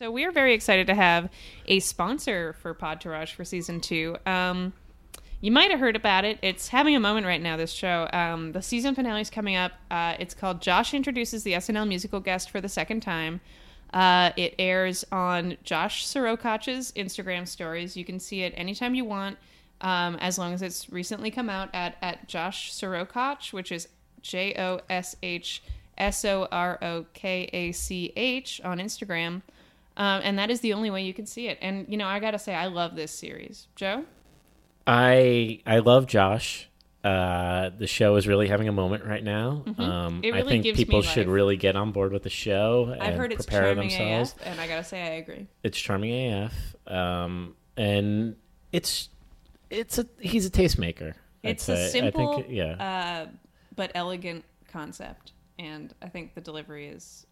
So we are very excited to have a sponsor for Podtourage for season two. Um, you might have heard about it. It's having a moment right now. This show, um, the season finale is coming up. Uh, it's called Josh introduces the SNL musical guest for the second time. Uh, it airs on Josh Sirokach's Instagram stories. You can see it anytime you want, um, as long as it's recently come out at at Josh Sirokach, which is J O S H S O R O K A C H on Instagram. Um, and that is the only way you can see it. And you know, I gotta say, I love this series, Joe. I I love Josh. Uh, the show is really having a moment right now. Um, Mm-hmm. It I really think gives people me should life. really get on board with the show and I've heard it's prepare charming themselves. AF, and I gotta say, I agree. It's charming AF, um, and it's it's a he's a tastemaker. I'd It's a say. I simple, think, yeah. uh, but elegant concept, and I think the delivery is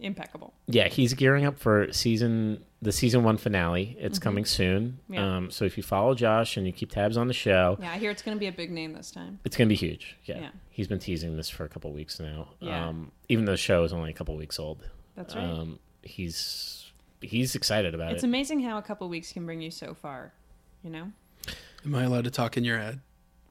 impeccable. yeah, he's gearing up for season the season one finale. It's coming soon. Mm-hmm. Yeah. Um, so if you follow Josh and you keep tabs on the show, Yeah, I hear it's gonna be a big name this time. it's gonna be huge. Yeah. Yeah. he's been teasing this for a couple weeks now. Yeah. Um, even though the show is only a couple weeks old. That's right. Um, he's he's excited about it's it. amazing how a couple weeks can bring you so far. You know. Am I allowed to talk in your head?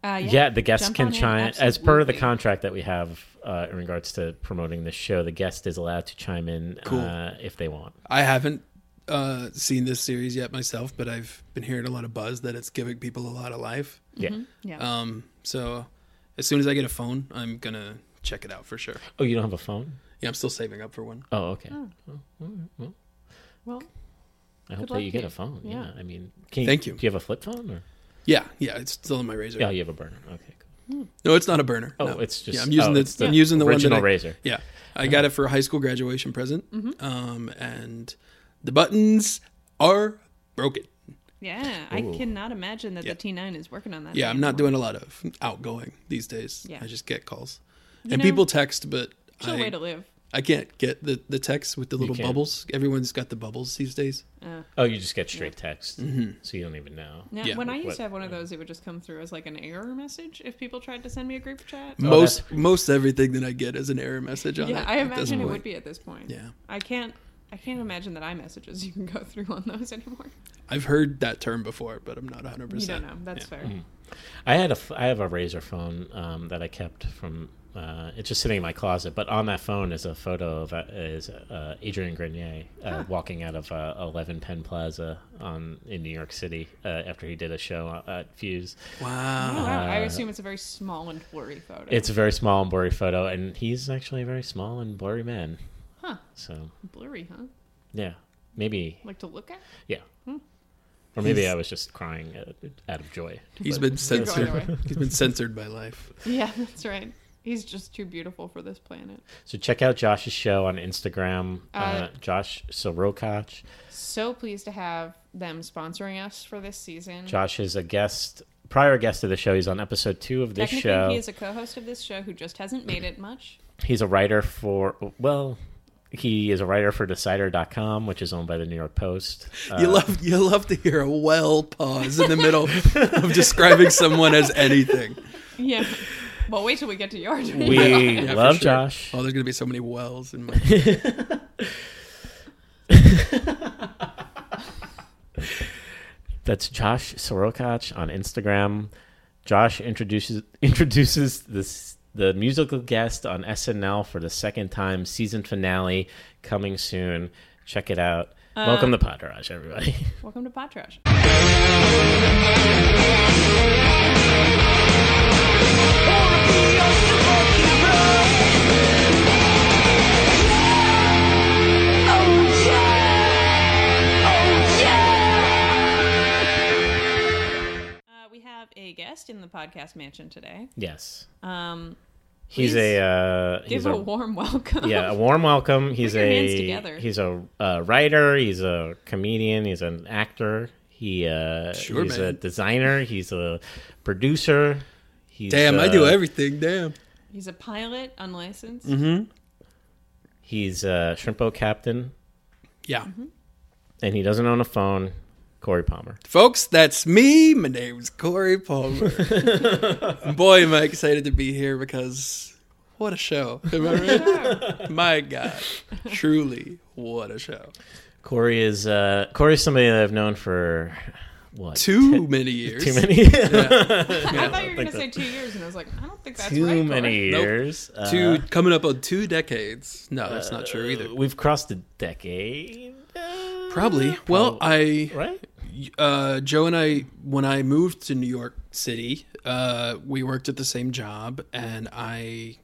Uh, yeah. the guests jump can on in, chime as per the absolutely. contract that we have uh, in regards to promoting this show. The guest is allowed to chime in Cool. uh, if they want. I haven't uh, seen this series yet myself, but I've been hearing a lot of buzz that it's giving people a lot of life. Mm-hmm. Yeah. Yeah. Um, so as soon as I get a phone, I'm gonna check it out for sure. Oh, you don't have a phone? Yeah, I'm still saving up for one. Oh, okay. well, I Good hope that luck to you get you. a phone. Yeah. Yeah. I mean, can Thank you. Do you have a flip phone or? Yeah, yeah, it's still in my razor. Yeah, you have a burner. Okay. Cool. No, it's not a burner. Oh, no. it's just- yeah. I'm using oh, the, it's the I'm using the one that original I, razor. Yeah, I got it for a high school graduation present. Um, and the buttons are broken. yeah. I Ooh. cannot imagine that Yeah. the T9 is working on that. Yeah, I'm anymore. not doing a lot of outgoing these days. Yeah. I just get calls, and know, people text, but It's a way I, to live. I can't get the the text with the little can't. bubbles. Everyone's got the bubbles these days. Oh, you just get straight text, Mm-hmm. so you don't even know. Now, Yeah. when I used What- to have one of those, it would just come through as like an error message if people tried to send me a group chat. Oh, most most everything that I get is an error message on yeah, it. I at this imagine it would point. be at this point. Yeah. I can't. I can't imagine that iMessages you can go through on those anymore. I've heard that term before, but I'm not 100. You percent don't know. That's fair. I had a f- I have a razor phone um, that I kept from. Uh, it's just sitting in my closet, but on that phone is a photo of uh, is uh, Adrian Grenier uh, walking out of uh, Eleven Penn Plaza on in New York City uh, after he did a show uh, at Fuse. Oh, Wow. wow. I assume it's a very small and blurry photo. Uh, It's a very small and blurry photo, and he's actually a very small and blurry man. huh So blurry, huh? yeah, maybe Like to look at. yeah, or maybe I was just crying uh, out of joy. He's been You're going censored. away. He's been censored by life. yeah, that's right. He's just too beautiful for this planet. So check out Josh's show on Instagram, uh, Uh, Josh Sorokach. So pleased to have them sponsoring us for this season. Josh is a guest, prior guest of the show. He's on episode two of this Technically, show. he is a co-host of this show who just hasn't made it much. He's a writer for, well, he is a writer for Decider.com, which is owned by the New York Post. Uh, you love you love to hear a well pause in the middle of describing someone as anything. Yeah. Well, wait till we get to yours. we Yeah, for love sure. Josh. Oh, there's gonna be so many wells in my. That's Josh Sorokach on Instagram. Josh introduces introduces this the musical guest on SNL for the second time, season finale coming soon. Check it out. Uh, Welcome to Podrage, everybody. Welcome to Pot Trash. Uh, Uh, we have a guest in the podcast mansion today. yes. Um, He's please a uh, give he's a, a, warm welcome. yeah a warm welcome. He's your a hands together. he's a uh, writer. He's a comedian. He's an actor. He uh, Sure, he's a man. designer. He's a producer. He's uh, Damn, I I do everything. Damn. He's a pilot, unlicensed. Mm-hmm. He's a shrimpo captain, Yeah, Mm-hmm. and he doesn't own a phone. Corey Palmer. folks, that's me. My name's Corey Palmer. And Boy, am I excited to be here because what a show! Am I right? Sure. My God, truly, what a show! Corey is uh, Corey's somebody that I've known for what Too many years. too many I thought you were going like to that. say two years, and I was like, I don't think that's too right, Corey. many Nope. years. Uh, Two coming up on two decades. No, that's not true either. uh, We've crossed a decade. uh, Probably. Well, I right. uh, Joe and I, when I moved to New York City, uh, we worked at the same job, and I,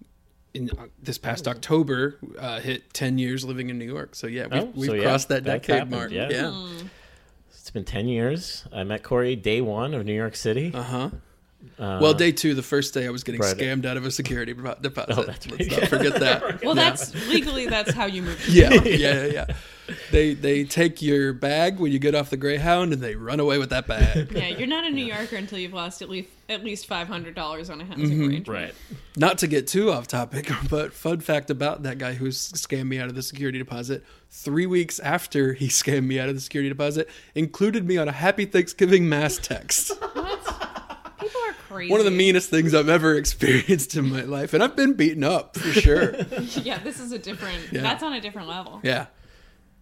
in uh, this Oh. past October, uh, hit ten years living in New York. So yeah, we've, Oh, we've so yeah, crossed that that decade happened, mark. yeah. Yeah. Hmm. It's been ten years. I met Corey day one of New York City. Um, Uh huh. well, day two, the first day, I was getting Right. scammed out of a security pro- deposit. Oh, that's Let's right. not forget that. Well, No. that's legally that's how you move. yeah, yeah, yeah, yeah. They they take your bag when you get off the Greyhound, and they run away with that bag. Yeah, you're not a New Yorker until you've lost at least at least five hundred dollars on a housing arrangement. Mm-hmm. Right. Not to get too off topic, but fun fact about that guy who scammed me out of the security deposit. Three weeks after he scammed me out of the security deposit, included me on a Happy Thanksgiving mass text. What? People are crazy. One of the meanest things I've ever experienced in my life, and I've been beaten up for sure. Yeah, this is a different. Yeah. That's on a different level. Yeah.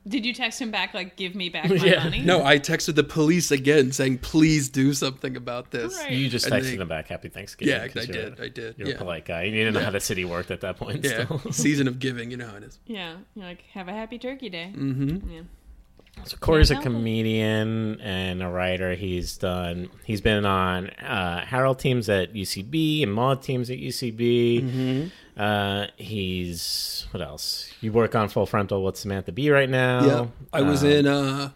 Did you text him back like, "Give me back my Yeah. money"? No, I texted the police again saying, "Please do something about this." Right. You just And texted they- him back happy Thanksgiving. Yeah, I 'cause you're- did. I did. You're yeah. a polite guy. You didn't know how the city worked at that point. Yeah, Still. season of giving. You know how it is. Yeah, you're like, "Have a happy Turkey Day." Mm-hmm. Yeah. So Corey's a Yeah, no. comedian and a writer. He's done. He's been on uh, Harold teams at UCB and Maud teams at UCB. Mm-hmm. Uh, he's what else? You work on Full Frontal with Samantha Bee right now. Yeah, I was Um, in. Uh,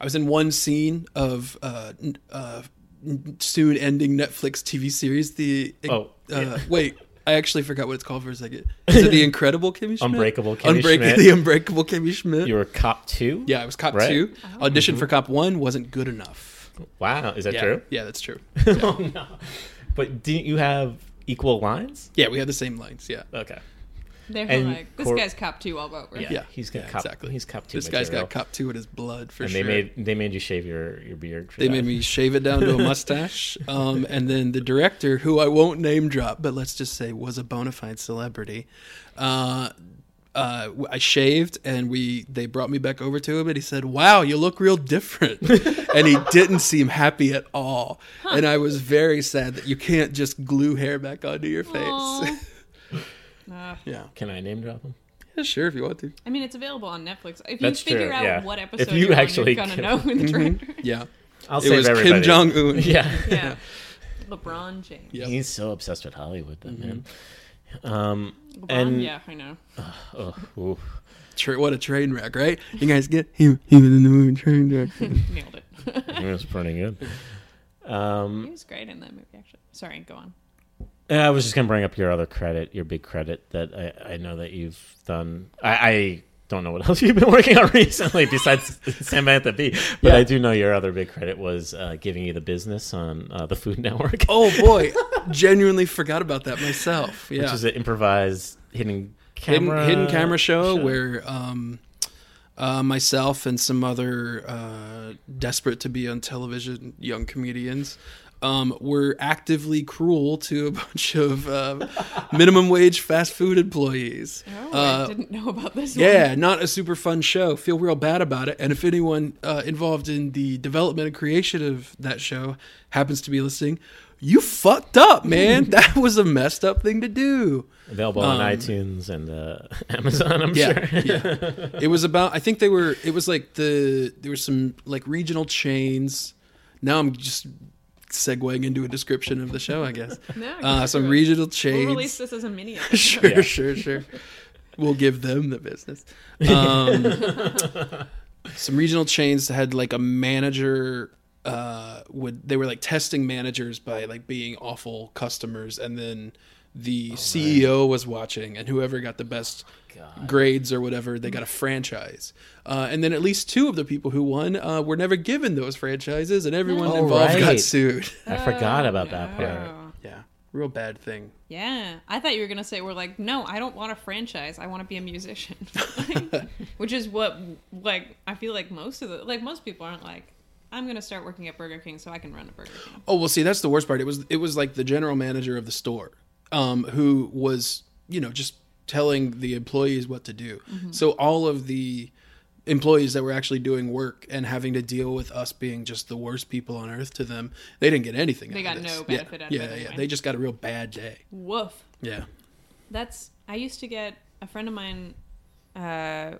I was in one scene of uh, n- uh, n- soon ending Netflix TV series. The Oh, uh, yeah. wait, I actually forgot what it's called for a second. Is it the Incredible Kimmy Schmidt? Unbreakable Kimmy Unbreak- Schmidt. The Unbreakable Kimmy Schmidt. You were Cop Two. yeah, I was cop Right. Mm-hmm. two. Auditioned for cop one, wasn't good enough. Wow, is that Yeah, true? yeah, that's true. oh no. But didn't you have equal lines? Yeah, we had the same lines. Yeah, Okay. They're And like, "This Cor- guy's cop two all over." Yeah. yeah, he's got yeah, cop- exactly. he's cop two This guy's material. got cop two in his blood for And sure. they made they made you shave your your beard. for They that. made me shave it down to a mustache. Um, and then the director, who I won't name drop, but let's just say was a bona fide celebrity. Uh, uh, I shaved, and we they brought me back over to him, and he said, "Wow, you look real different." and he didn't seem happy at all. And I was very sad that you can't just glue hair back onto your Aw. face. Ugh. yeah, Can I name drop him? Yeah, sure if you want to. I mean, it's available on Netflix. If you That's figure true, out yeah. what If episode you you are actually going to can- Mm-hmm. know who the director. is. Yeah, I'll it save was everybody. Kim Jong Un. Yeah. Yeah. LeBron James. Yep. He's so obsessed with Hollywood, that man. Um, LeBron, and yeah, I know. Mm-hmm. oh, ooh. Tra- what a train wreck, right? You guys get he, he was in the movie Train Wreck. Nailed it. it was pretty good. he was great in that movie, actually. Sorry, go on. And I was just gonna bring up your other credit, your big credit that I, I know that you've done. I, I don't know what else you've been working on recently besides Samantha Bee, but Yeah. I do know your other big credit was uh, giving you the business on uh, the Food Network, Oh boy, genuinely forgot about that myself. Yeah, which is an improvised hidden hidden, camera hidden camera show where um, uh, myself and some other uh, desperate to be on television young comedians. Um, were actively cruel to a bunch of uh, minimum wage fast food employees. Oh, I Uh, didn't know about this one. yeah, not a super fun show. Feel real bad about it. And if anyone uh, involved in the development and creation of that show happens to be listening, you fucked up, man. that was a messed up thing to do. available on iTunes and uh, Amazon. I'm um, Yeah, sure. yeah. It was about. I think they were. It was like the there were some like regional chains. Now I'm just segueing into a description of the show, I guess. No, Uh, go some through it. regional We'll chains. release this as a mini. sure, Yeah. sure, sure. We'll give them the business. Um, some regional chains had like a manager. Uh, would they were like testing managers by like being awful customers, and then the CEO was watching, and whoever got the best grades or whatever, they got a franchise. Uh, and then at least two of the people who won uh, were never given those franchises, and everyone Oh, involved got right. sued. I forgot about that part. Oh. Yeah, real bad thing. Yeah, I thought you were gonna say we're like, no, I don't want a franchise. I want to be a musician, which is what like I feel like most of the like most people aren't like, I'm gonna start working at Burger King so I can run a Burger King. Oh well, see that's the worst part. It was it was like the general manager of the store, um, who Mm-hmm. was you know just telling the employees what to do. So all of the employees that were actually doing work and having to deal with us being just the worst people on earth to them. They didn't get anything. They out got of this. no Yeah, benefit out of yeah, it Yeah, anyway. They just got a real bad day. Woof. Yeah. That's I used to get a friend of mine uh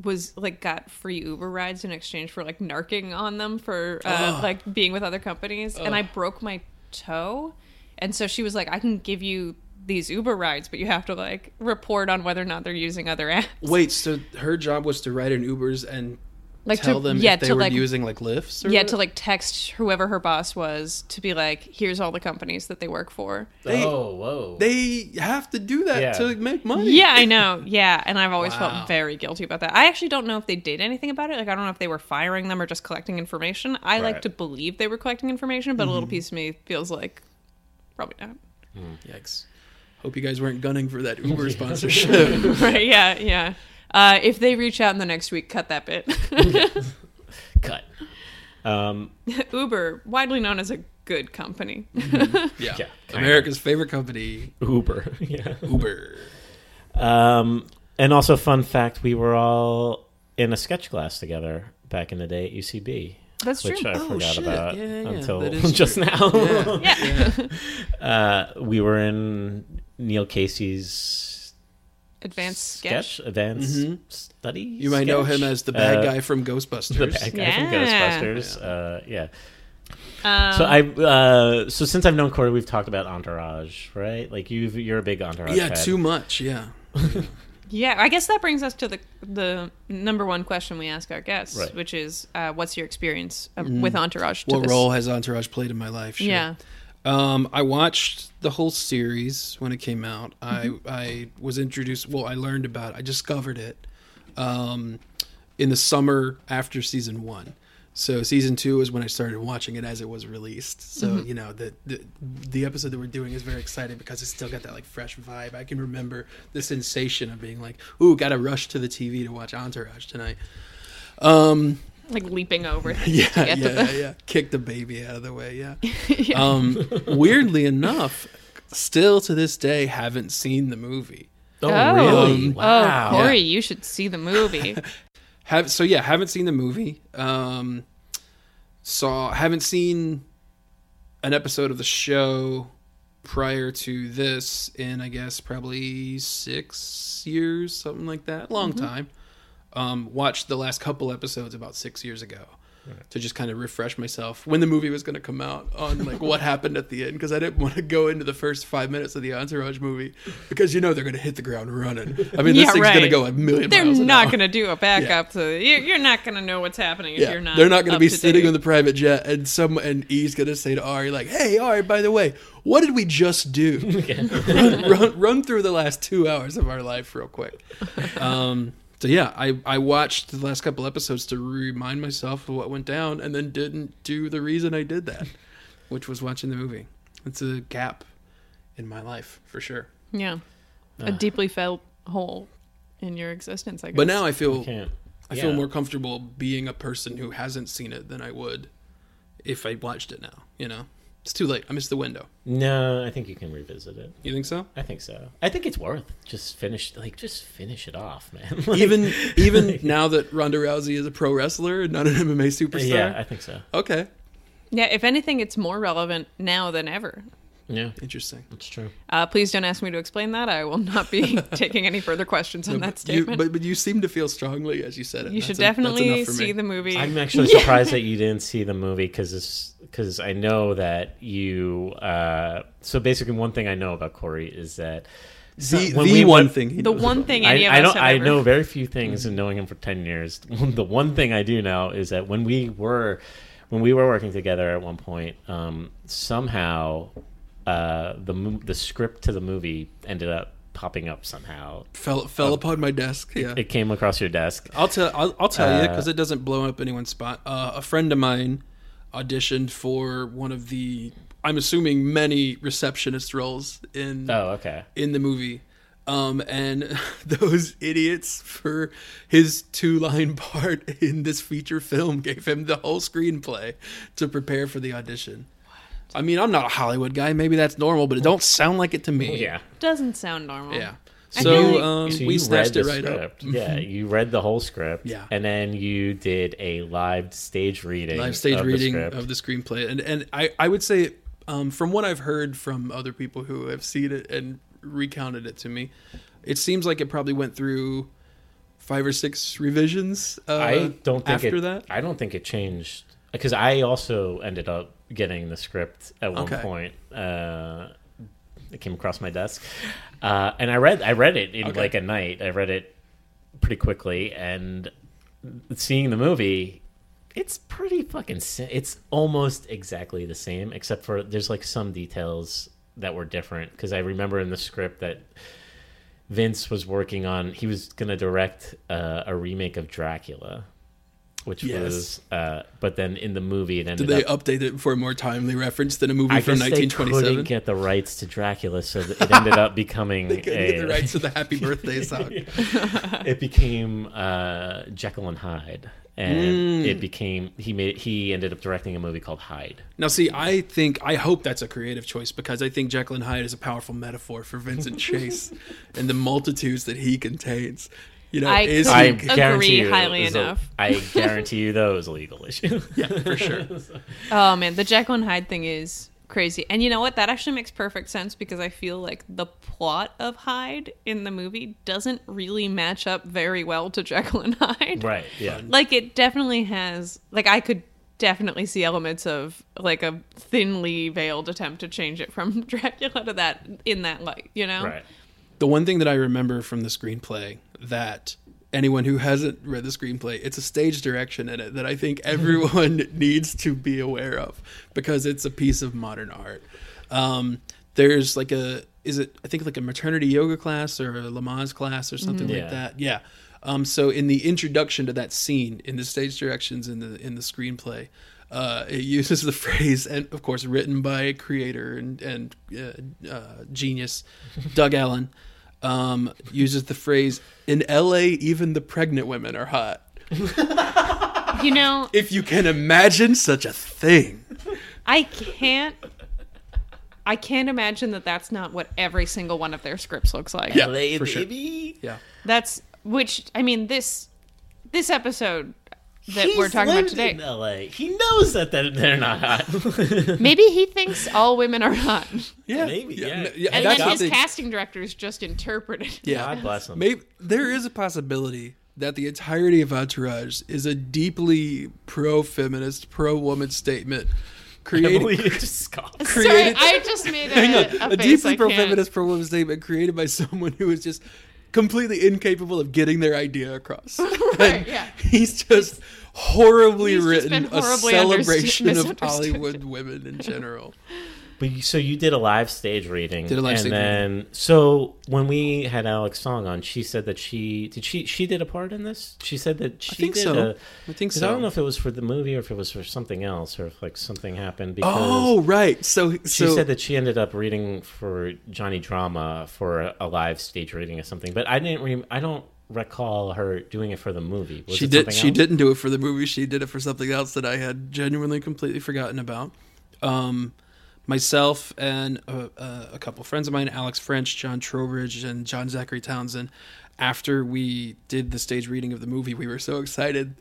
was like got free Uber rides in exchange for like narking on them for uh, Ugh. like being with other companies and I broke my toe and so she was like I can give you these Uber rides but you have to like report on whether or not they're using other apps Wait, so her job was to ride in Ubers and like tell to, them yeah if they to were like using like lifts or yeah to like text whoever her boss was to be like here's all the companies that they work for They- oh, whoa. they have to do that Yeah. to make money. Yeah, I know. Yeah, and I've always Wow. felt very guilty about that. I actually don't know if they did anything about it. Like, I don't know if they were firing them or just collecting information. I like Right. Mm-hmm. to believe they were collecting information, but a little piece of me feels like probably not. Yikes. Hope you guys weren't gunning for that Uber sponsorship. right? Yeah, yeah. Uh, if they reach out in the next week, cut that bit. cut. Um, Uber, widely known as a good company. yeah. Yeah, kinda. America's favorite company, Uber. yeah. Uber. Um, and also, fun fact: we were all in a sketch class together back in the day at UCB, That's true. which I Oh, forgot shit. about Yeah, yeah, yeah. until That is just true. now. Yeah. yeah. uh, we were in Neil Casey's Advanced sketch. sketch, advanced Mhm. study. You might know him as the bad Uh, guy from the Ghostbusters. bad guy Yeah. from Ghostbusters. Uh, yeah. Um, So I uh, so since I've known Corey, we've talked about Entourage, right? Like you, you're a big Entourage. yeah, fan. too much. Yeah. Yeah, I guess that brings us to the the number one question we ask our guests, Right. Mm-hmm. which is, uh, what's your experience of, with Entourage? To What this? role has Entourage played in my life? Sure. Yeah, Um, I watched the whole series when it came out. I I was introduced. Well, I learned about. It. I discovered it um, in the summer after season one. So season two is when I started watching it as it was released. So you know the, the the episode that we're doing is very exciting because it's still got that like fresh vibe. I can remember the sensation of being like, "Ooh, got to rush to the TV to watch Entourage tonight." Um, like leaping over. yeah, yeah, get to the- yeah. Kick the baby out of the way. Yeah. Um, weirdly enough, still to this day, haven't seen the movie. Oh, Oh. really? Um, wow. Oh, Corey, you should see the movie. Have so yeah, haven't seen the movie. Um, saw haven't seen an episode of the show prior to this in I guess probably six years, something like that. Long Mm-hmm. time. Um, watched the last couple episodes about six years ago. To just kind of refresh myself when the movie was going to come out on like what happened at the end because I didn't want to go into the first five minutes of the Entourage movie because you know they're going to hit the ground running. I mean, this Yeah, thing's going to right. go a million. they're miles an not hour. going to do a backup. So you're, you're not going to know what's happening if you're not. They're not going to up be to sitting date. on the private jet, and some and E's going to say to Ari like, "Hey, Ari, by the way, what did we just do? run, run, run through the last two hours of our life real quick." Um, so yeah, I I watched the last couple episodes to remind myself of what went down, and then didn't do the reason I did that, which was watching the movie. It's a gap in my life for sure. yeah, a deeply felt hole in your existence. I guess. Ah. But now I feel Can't. I feel Yeah. more comfortable being a person who hasn't seen it than I would if I watched it now. You know, it's too late. I missed the window. No, I think you can revisit it. You think so? I think so. I think it's worth just finish like just finish it off, man. Like, Even even now that Ronda Rousey is a pro wrestler and not an MMA superstar. yeah, I think so. Okay. yeah, if anything, it's more relevant now than ever. Yeah, Interesting. it's true. Uh, please don't ask me to explain that. I will not be taking any further questions on that You, statement. but but you seem to feel strongly as you said it. You That's should en- that's definitely enough for me. see the movie. I'm actually surprised that you didn't see the movie because because I know that you. Uh, so basically, one thing I know about Corey is that so- The, when the we one went- thing. he the knows one about thing I, any of I us don't. have I ever- know very few things, and knowing him for ten years, the one thing I do know is that when we were, when we were working together at one point, um, somehow, uh, the mo- the script to the movie ended up popping up somehow. me. fell Oh. fell upon my desk. Yeah. It came across your desk. I'll tell I'll, I'll tell you 'cause you Uh, because it doesn't blow up anyone's spot. Uh, a friend of mine auditioned for one of the I'm assuming many receptionist roles in Oh, okay. in the movie. Um, and those idiots for his two line part in this feature film gave him the whole screenplay to prepare for the audition. I mean, I'm not a Hollywood guy. Maybe that's normal, but it don't sound like it to me. Yeah. Doesn't sound normal. Yeah. feel So like- um, So we you snatched read it the right up. script. Yeah, you read the whole script. Yeah. And then you did a live stage reading. live stage of reading the script. of the screenplay and and I, I would say um, from what I've heard from other people who have seen it and recounted it to me it seems like it probably went through five or six revisions uh, I don't think after it, that I don't think it changed because I also ended up getting the script at one Okay. point. Uh, it came across my desk, uh, and I read I read it in Okay. like a night. I read it pretty quickly, and seeing the movie. It's pretty fucking. si- It's almost exactly the same, except for there's like some details that were different. Because I remember in the script that Vince was working on. He was going to direct uh, a remake of Dracula, which Yes. was. Uh, but then in the movie, it ended did they up. update it for a more timely reference than a movie I from guess they couldn't 1927 get the rights to Dracula, so that it ended up becoming They couldn't get a- the rights to the happy birthday song it became uh, Jekyll and Hyde, and Mm. it became he made he ended up directing a movie called Hyde. Now, see, I think I hope that's a creative choice because I think Jekyll and Hyde is a powerful metaphor for Vincent Chase and the multitudes that he contains. You know, I is couldn't- I he, Agree guarantee you, highly it was a- enough. I guarantee you, that was a legal issue. yeah, for sure. Oh man, the Jekyll and Hyde thing is crazy. And you know what? That actually makes perfect sense because I feel like the plot of Hyde in the movie doesn't really match up very well to Jekyll and Hyde. right? Yeah. Like it definitely has like I could definitely see elements of like a thinly veiled attempt to change it from Dracula to that in that light, you know? Right. The one thing that I remember from the screenplay that anyone who hasn't read the screenplay, it's a stage direction in it that I think everyone needs to be aware of because it's a piece of modern art. Um, there's like a is it I think like a maternity yoga class or a Lamaze class or something Yeah. like that. Yeah. Um, so in the introduction to that scene, in the stage directions in the in the screenplay, uh, it uses the phrase, and of course, written by a creator and and uh, uh, genius, Doug Allen, um, uses the phrase, "In L.A., even the pregnant women are hot." You know, If you can imagine such a thing, I can't I can't imagine that that's not what every single one of their scripts looks like. yeah, Play, for sure. baby. Yeah, That's which I mean this this episode that we're talking about today. In LA. He knows that they're, they're not hot. Maybe he thinks all women are hot, yeah, Maybe, yeah. ma- and then that's the his thing. casting directors just interpreted it. yeah. God bless him. Maybe there is a possibility that the entirety of Entourage is a deeply pro-feminist, pro-woman statement, created, Emily just scoffed. Sorry, created- I just made Hang a, a, on. a face I deeply can't- pro-feminist, pro-woman statement created by someone who is just completely incapable of getting their idea across. Right, yeah. He's just horribly He's just written been horribly a understood- celebration of misunderstood. Hollywood women in general. But you, so you did a live stage reading, Did a live and stage then so when we had Alex Song on, she said that she did she she did a part in this. She said that she I think did so. a. I think Because so. I don't know if it was for the movie or if it was for something else or if like something happened. Because oh, right. So, she so said that she ended up reading for Johnny Drama for a, a live stage reading or something. But I didn't. Re- I don't recall her doing it for the movie. Was she it did. something She else? didn't do it for the movie. She did it for something else that I had genuinely completely forgotten about. Um, myself and a, a, a couple friends of mine, Alex French, John Trowbridge, and John Zachary Townsend. After we did the stage reading of the movie, we were so excited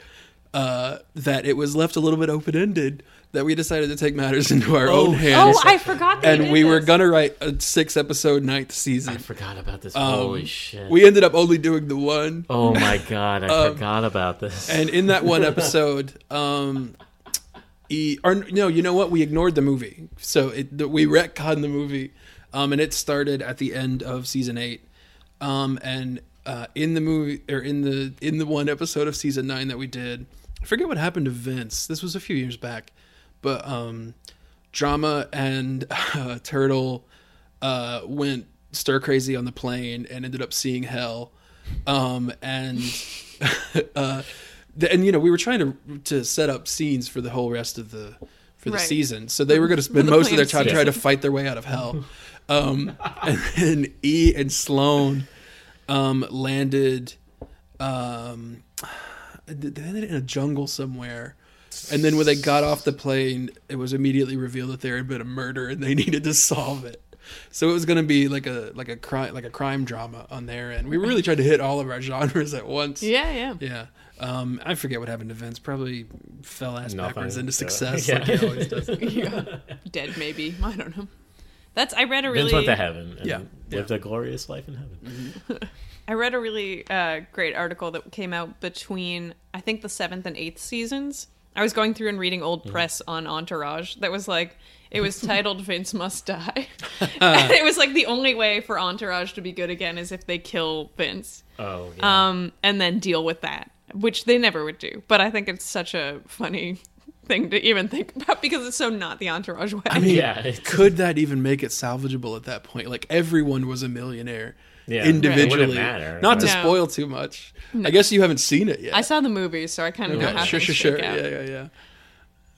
uh, that it was left a little bit open ended that we decided to take matters into our own hands. Oh, I forgot. That and we were gonna write a six episode ninth season. I forgot about this. Um, Holy shit! We ended up only doing the one. oh my god! I forgot about this. And in that one episode, um, e, or no, you know what? We ignored the movie, so it, the, we retconned the movie, um, and it started at the end of season eight. Um, and uh, in the movie, or in the in the one episode of season nine that we did, I forget what happened to Vince. This was a few years back, but um, drama and uh, turtle uh, went stir crazy on the plane and ended up seeing hell um, and uh, the, and you know we were trying to to set up scenes for the whole rest of the for the Right. season so they were going to spend most of their time plane trying to fight their way out of hell um, and then e and sloan um, landed um, they landed in a jungle somewhere and then when they got off the plane it was immediately revealed that there had been a murder and they needed to solve it So it was going to be like a like a crime like a crime drama on their end. We really tried to hit all of our genres at once. Yeah, yeah. Yeah. Um, I forget what happened to Vince. Probably fell ass Nothing. backwards into Yeah. success Yeah. like he always does. Yeah. Dead maybe. I don't know. That's I read a Vince really went to heaven and Yeah. Mm-hmm. lived a glorious life in heaven. I read a really uh, great article that came out between I think the seventh and eighth seasons. I was going through and reading old Mm-hmm. press on Entourage that was like it was titled Vince Must Die. and it was like the only way for Entourage to be good again is if they kill Vince. Oh, yeah. Um and then deal with that, which they never would do. But I think it's such a funny thing to even think about because it's so not the Entourage way. I mean, Yeah, it's- could that even make it salvageable at that point? Like everyone was a Yeah. millionaire Right. It wouldn't individually. matter. Not to No. spoil too much. I guess you haven't seen it yet. I saw the movie, so I kind of know Yeah, how sure, things sure, sure. shake out. Yeah, yeah, yeah.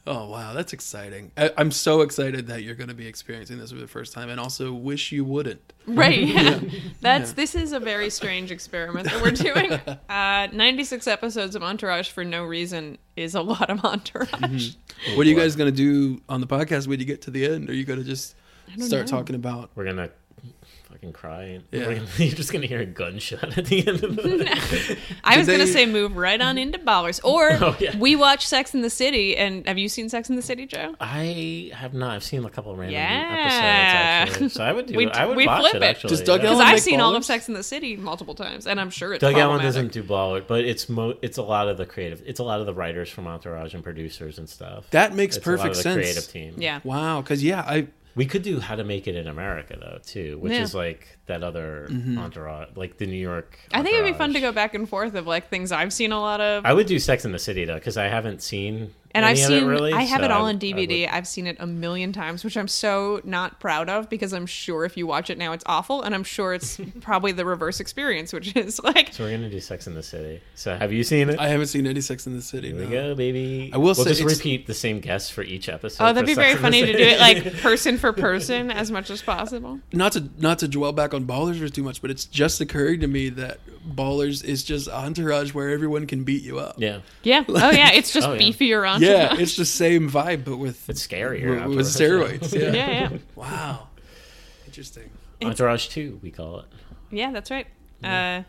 Oh wow, that's exciting! I, I'm so excited that you're going to be experiencing this for the first time, and also wish you wouldn't. Right. Yeah. That's this is a very strange experiment that we're doing. Uh, 96 episodes of Entourage for no reason is a lot of Entourage. what are you guys going to do on the podcast when you get to the end? Are you going to just start talking about? We're going to fucking cry. Yeah. We're gonna- you're just going to hear a gunshot at the end of the I was going to they- say move right on into Ballers or Oh, yeah. we watch Sex in the City and have you seen Sex in the City, Joe? I have not. I've seen a couple of random Yeah. episodes actually. So I would do We- it. I would we watch flip it it. actually. Does Doug yeah. Cuz Ellen I've make seen all of Ballers? Sex in the City multiple times and I'm sure it's Doug Allen problematic. doesn't do baller, but it's mo- it's a lot of the creative. It's a lot of the writers from Entourage and producers and stuff. That makes It's perfect a lot of the sense. Creative team. Yeah. Wow, because yeah, I We could do How to Make It in America though too, which Yeah. is like that other Mm-hmm. Entourage, like the New York. I think it'd be fun to Entourage. go back and forth of like things I've seen a lot of I would do Sex in the City though, because I haven't seen. and any I've of seen it really. I have so it all would- on I would- DVD. I've seen it a million times, which I'm so not proud of because I'm sure if you watch it now it's awful and I'm sure it's probably the reverse experience, which is like So we're gonna do Sex in the City. So have you seen it? I haven't seen any Sex in the City. Here we no. go, baby. I will we'll say just it's- repeat the same guests for each episode. Oh, that'd for be Sex very and the funny to City. do it like person for person as much as possible. Not to not to dwell back on Ballers for too much, but it's just occurring to me that Ballers is just Entourage where everyone can beat you up. yeah, Yeah. Oh yeah. It's just Oh, yeah. beefier on. Yeah, it's the same vibe, but with it's scarier. with, with Entourage. steroids. yeah, Yeah. yeah, Wow. Interesting. Entourage Two, we call it. yeah. That's right. Uh,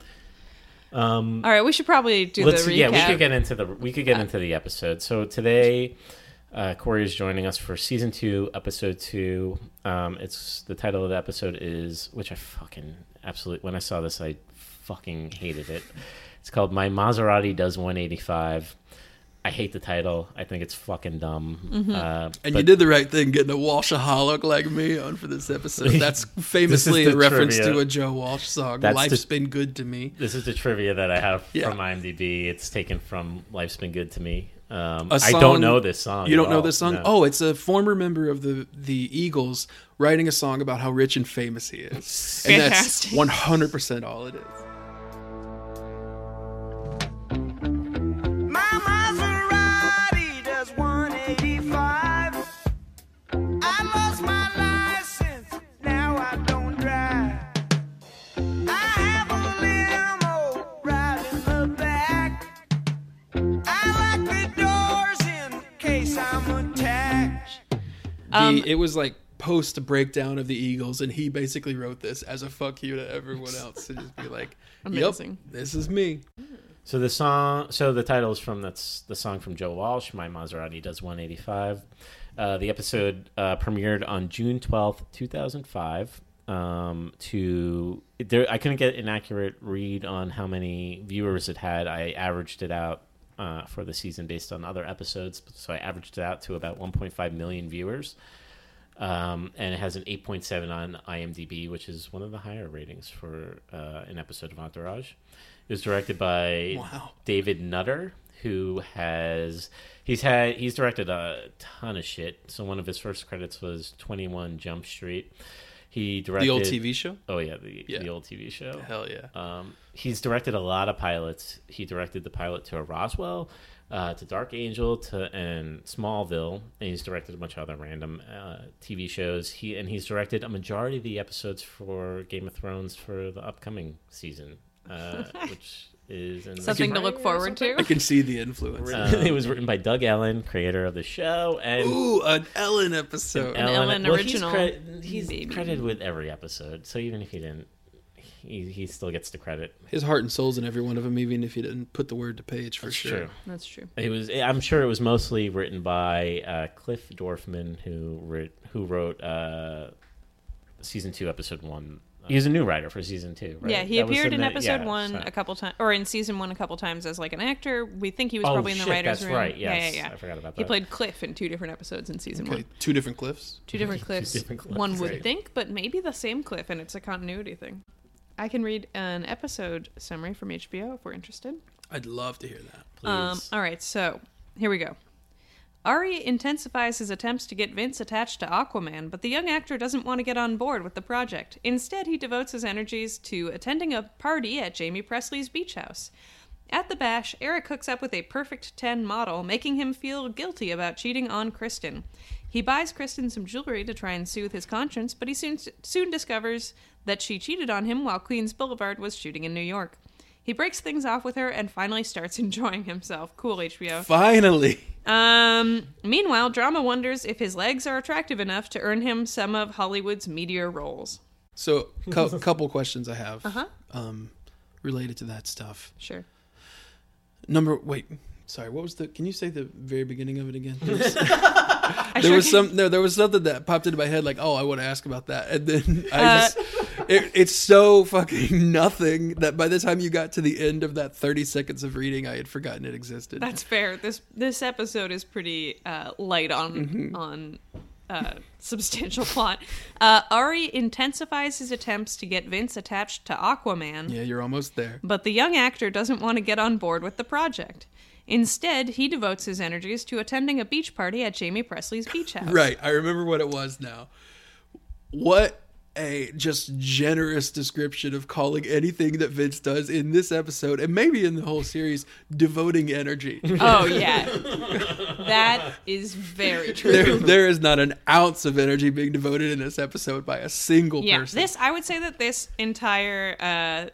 Um, all right, we should probably do let's the recap. Uh, yeah, we could get into the we could get into the episode. So today, uh, Corey is joining us for season two, episode two. Um, it's the title of the episode is which I fucking absolutely when I saw this I fucking hated it. It's called My Maserati Does 185. I hate the title. I think it's fucking dumb. Mm-hmm. Uh, And but- you did the right thing getting a Walshaholic like me on for this episode. That's famously the a reference to trivia. a Joe Walsh song. That's Life's the- been good to me. This is the trivia that I have Yeah. from IMDb. It's taken from Life's Been Good to Me. Um, A I song- don't know this song. You don't at know all. this song? No. Oh, it's a former member of the the Eagles writing a song about how rich and famous he is. And that's Fantastic. 100% all it is. My Maserati does 185. I lost my license, now I don't drive. I have a limo right in the back. I lock the doors in case I'm attacked. The, Um, it was like post breakdown of the Eagles, and he basically wrote this as a fuck you to everyone else to just be like, Amazing. "Yep, this is me." So the song, so the title is from that's the song from Joe Walsh. My Maserati does 185. Uh, the episode uh, premiered on June 12th, 2005. Um, to there, I couldn't get an accurate read on how many viewers it had. I averaged it out uh, for the season based on other episodes, so I averaged it out to about 1.5 million viewers. Um, and it has an 8.7 on IMDb, which is one of the higher ratings for uh, an episode of Entourage. It was directed by Wow. David Nutter, who has he's had he's directed a ton of shit. So one of his first credits was 21 Jump Street. He directed The old TV show. Oh yeah, the, Yeah. the old TV show. Hell yeah. Uh, Um, he's directed a lot of pilots. He directed the pilot to Roswell, uh, to Dark Angel, to and Smallville, and he's directed a bunch of other random uh, TV shows. He and he's directed a majority of the episodes for Game of Thrones for the upcoming season, uh, which is in the Something to look forward I to. can see the influence. Uh, it was written by Doug Ellen, creator of the show, and Ooh, an Ellen episode. Ellen original, He's, baby. he's credited with every episode, so even if he didn't, he, he still gets the credit. His heart and soul's in every one of them, even if he didn't put the word to page for sure. That's true. It was. I'm sure it was mostly written by uh, Cliff Dorfman, who writ, who wrote uh, season two, episode one. He was a new writer for season two. Right? Yeah, he That was appeared the in ma- episode yeah, one so- a couple times, or in season one a couple times as like an actor. We think he was Oh, probably in the shit, writers' that's room. right, yes. Yeah, yeah, yeah. I forgot about He that. played Cliff in two different episodes in season Okay, one. two different cliffs. Two different cliffs. different cliffs. One would Right. think, but maybe the same cliff, and it's a continuity thing. I can read an episode summary from HBO if we're interested. I'd love to hear that. Um, Please. all right, so here we go. Ari intensifies his attempts to get Vince attached to Aquaman, but the young actor doesn't want to get on board with the project. Instead, he devotes his energies to attending a party at Jamie Presley's beach house. At the bash, Eric hooks up with a perfect 10 model, making him feel guilty about cheating on Kristen. He buys Kristen some jewelry to try and soothe his conscience, but he soon, soon discovers that she cheated on him while Queens Boulevard was shooting in New York. He breaks things off with her and finally starts enjoying himself. Cool HBO. Finally, Um, meanwhile, Drama wonders if his legs are attractive enough to earn him some of Hollywood's meteor roles. so cou- couple questions I have um, related to that stuff. Sure. Number wait, sorry, what was the? Can you say the very beginning of it again? There was, I there sure was can- some. No, there was something that popped into my head like, oh, I want to ask about that, and then I just. It, it's so fucking nothing that by the time you got to the end of that 30 seconds of reading, I had forgotten it existed. That's fair. This this episode is pretty uh, light on Mm-hmm. on uh, substantial plot. Uh, Ari intensifies his attempts to get Vince attached to Aquaman. yeah, you're almost there. But the young actor doesn't want to get on board with the project. Instead, he devotes his energies to attending a beach party at Jamie Presley's beach house. Right. I remember what it was now. What a just generous description of calling anything that Vince does in this episode and maybe in the whole series devoting energy. Oh yeah. that is very true. there, there is not an ounce of energy being devoted in this episode by a single yeah. person. This I would say that this entire uh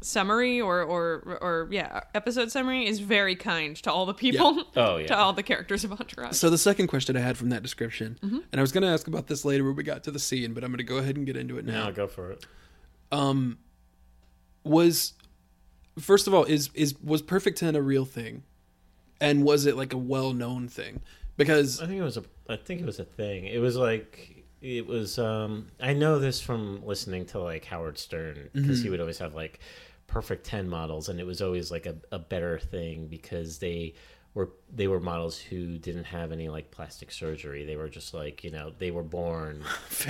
summary or or or yeah, episode summary is very kind to all the people. Oh, yeah. To all the characters of Entourage. so the second question I had from that description, Mm-hmm. and I was going to ask about this later when we got to the scene, but I'm going to go ahead and get into it now. Now go for it. was first of all is is was perfect 10 a real thing and was it like a well-known thing because I think it was a. I think it was a thing. It was like it was. Um, I know this from listening to like Howard Stern because Mm-hmm. he would always have like perfect ten models, and it was always like a, a better thing because they were they were models who didn't have any like plastic surgery. They were just like you know they were born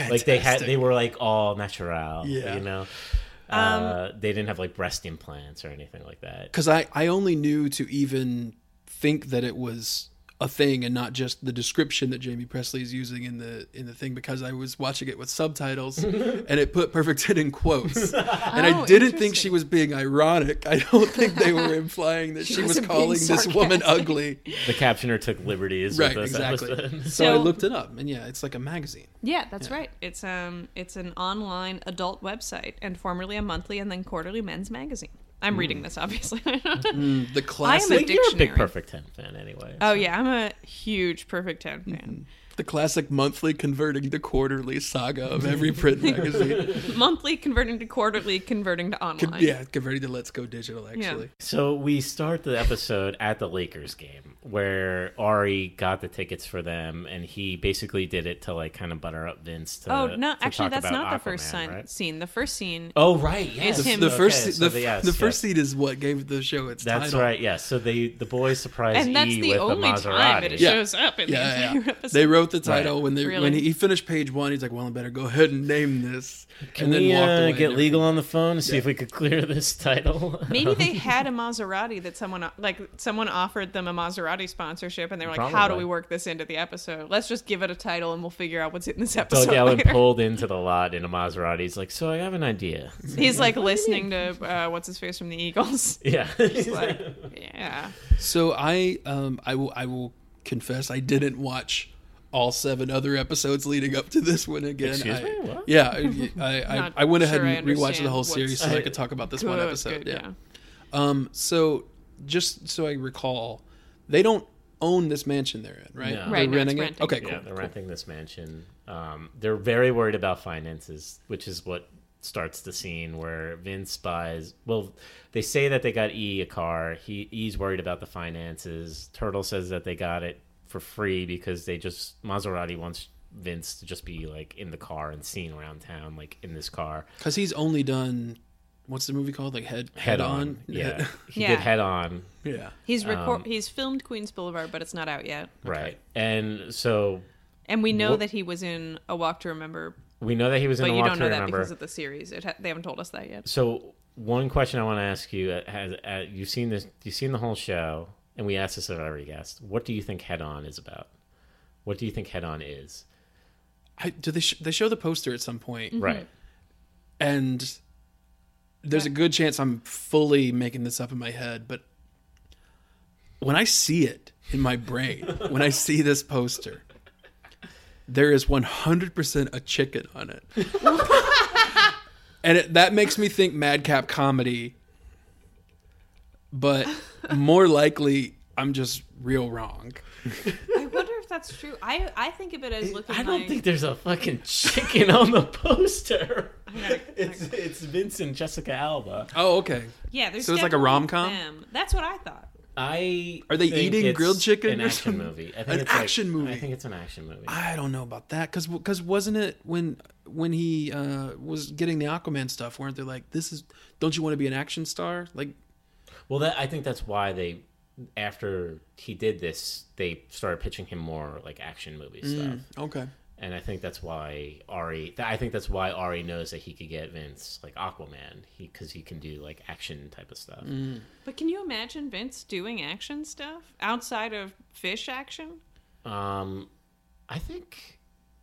like they had Fantastic. they were like all natural. Yeah. you know. Um, Uh, they didn't have like breast implants or anything like that. because i i only knew to even think that it was a thing and not just the description that jamie presley is using in the in the thing because i was watching it with subtitles and it put perfect 10 in quotes and i Oh, didn't think she interesting. was being ironic i don't think they were implying that she, was wasn't being calling this woman sarcastic. ugly The captioner took liberties. right with this exactly episode. so, i So- looked it up and yeah it's like a magazine Yeah, that's right. It's um it's an online adult website and formerly a monthly and then quarterly men's magazine. I'm Mm. reading this obviously. the classic a Like, you're a big dictionary. Perfect Ten fan, anyway. oh yeah, I'm a huge Perfect 10 fan. The classic monthly converting to quarterly saga of every print magazine. Mm-hmm. Monthly converting to quarterly converting to online. Con- yeah, converting to Let's Go Digital, actually. So we start the episode at the Lakers game where Ari got the tickets for them, and he basically did it to like kind of butter up Vince. Uh, To, Oh no! to Actually, talk that's about not the first Aquaman, scene. right? Scene. The first scene. Oh right, yes. It's him. The Okay, first, Okay, se- so the, yes, the first yes. scene is what gave the show its That's title. right. Yes. So they the boys surprise and that's E the with only the Maserati. time it Yeah. shows up in the Yeah, entire yeah. episode. They wrote the title Right. when they when Really? he finished page one. He's like, "Well, I better go ahead and name this," Can and then we walked uh, away. get and legal on the phone to see if we could clear this title? Maybe they had a Maserati that someone like someone offered them a Maserati sponsorship, and they were like, "How do we Probably. work this into the episode? Let's just give it a title, and we'll figure out what's in this Doug episode." Allen later." pulled into the lot in a Maserati. He's like, "So I have an idea." He's like listening to uh, what's his face from the Eagles. Yeah. Like, yeah, So I um I will I will confess I didn't watch all seven other episodes leading up to this one again. Excuse I, me? What? Yeah, I I, I, Not I went ahead sure I and rewatched understand the whole what's- series so I, I- could talk about this one Good, episode. good, yeah. Um, so just so I recall, they don't own this mansion they're in, right? No. They're Right, no, it's renting it. renting. Okay, Yeah, cool. they're renting this mansion. Um, they're very worried about finances, which is what starts the scene where Vince buys. Well, they say that they got E a car. He E's worried about the finances. Turtle says that they got it for free because they just Maserati wants Vince to just be like in the car and seen around town, like in this car. Because he's only done what's the movie called? Like head Head on, yeah. He Yeah. did head on, yeah. He's record. he's filmed Queens Boulevard, but it's not out yet. right? And so And we know What- that he was in A Walk to Remember, we know that he was in but the you Walk don't to know that Remember. because of the series. It ha- they haven't told us that yet. So one question I want to ask you: uh, Has uh, you've seen this? You've seen the whole show, and we asked this of every guest. What do you think Head On is about? What do you think Head On is? I, do they sh- they show the poster at some point, Right. and there's a good chance I'm fully making this up in my head, but when I see it in my brain, when I see this poster, there is 100% a chicken on it. and it, that makes me think madcap comedy, but more likely I'm just real wrong. I wonder if that's true. I I think of it as looking. I don't like, think there's a fucking chicken on the poster. it's it's Vince and Jessica Alba. Oh, okay. Yeah, there's So it's like a definitely rom-com? them. That's what I thought. I Are they think eating it's grilled chicken An or action something? movie. I think An it's like- action movie. I think it's an action movie. I don't know about that because because wasn't it when when he uh, was getting the Aquaman stuff? Weren't they like this is don't you want to be an action star? Like Well, that I think that's why they, after he did this, they started pitching him more like action movie Mm. stuff. okay, and I think that's why Ari. I think that's why Ari knows that he could get Vince like Aquaman, he because he can do like action type of stuff. Mm-hmm. But can you imagine Vince doing action stuff outside of fish action? Um, I think,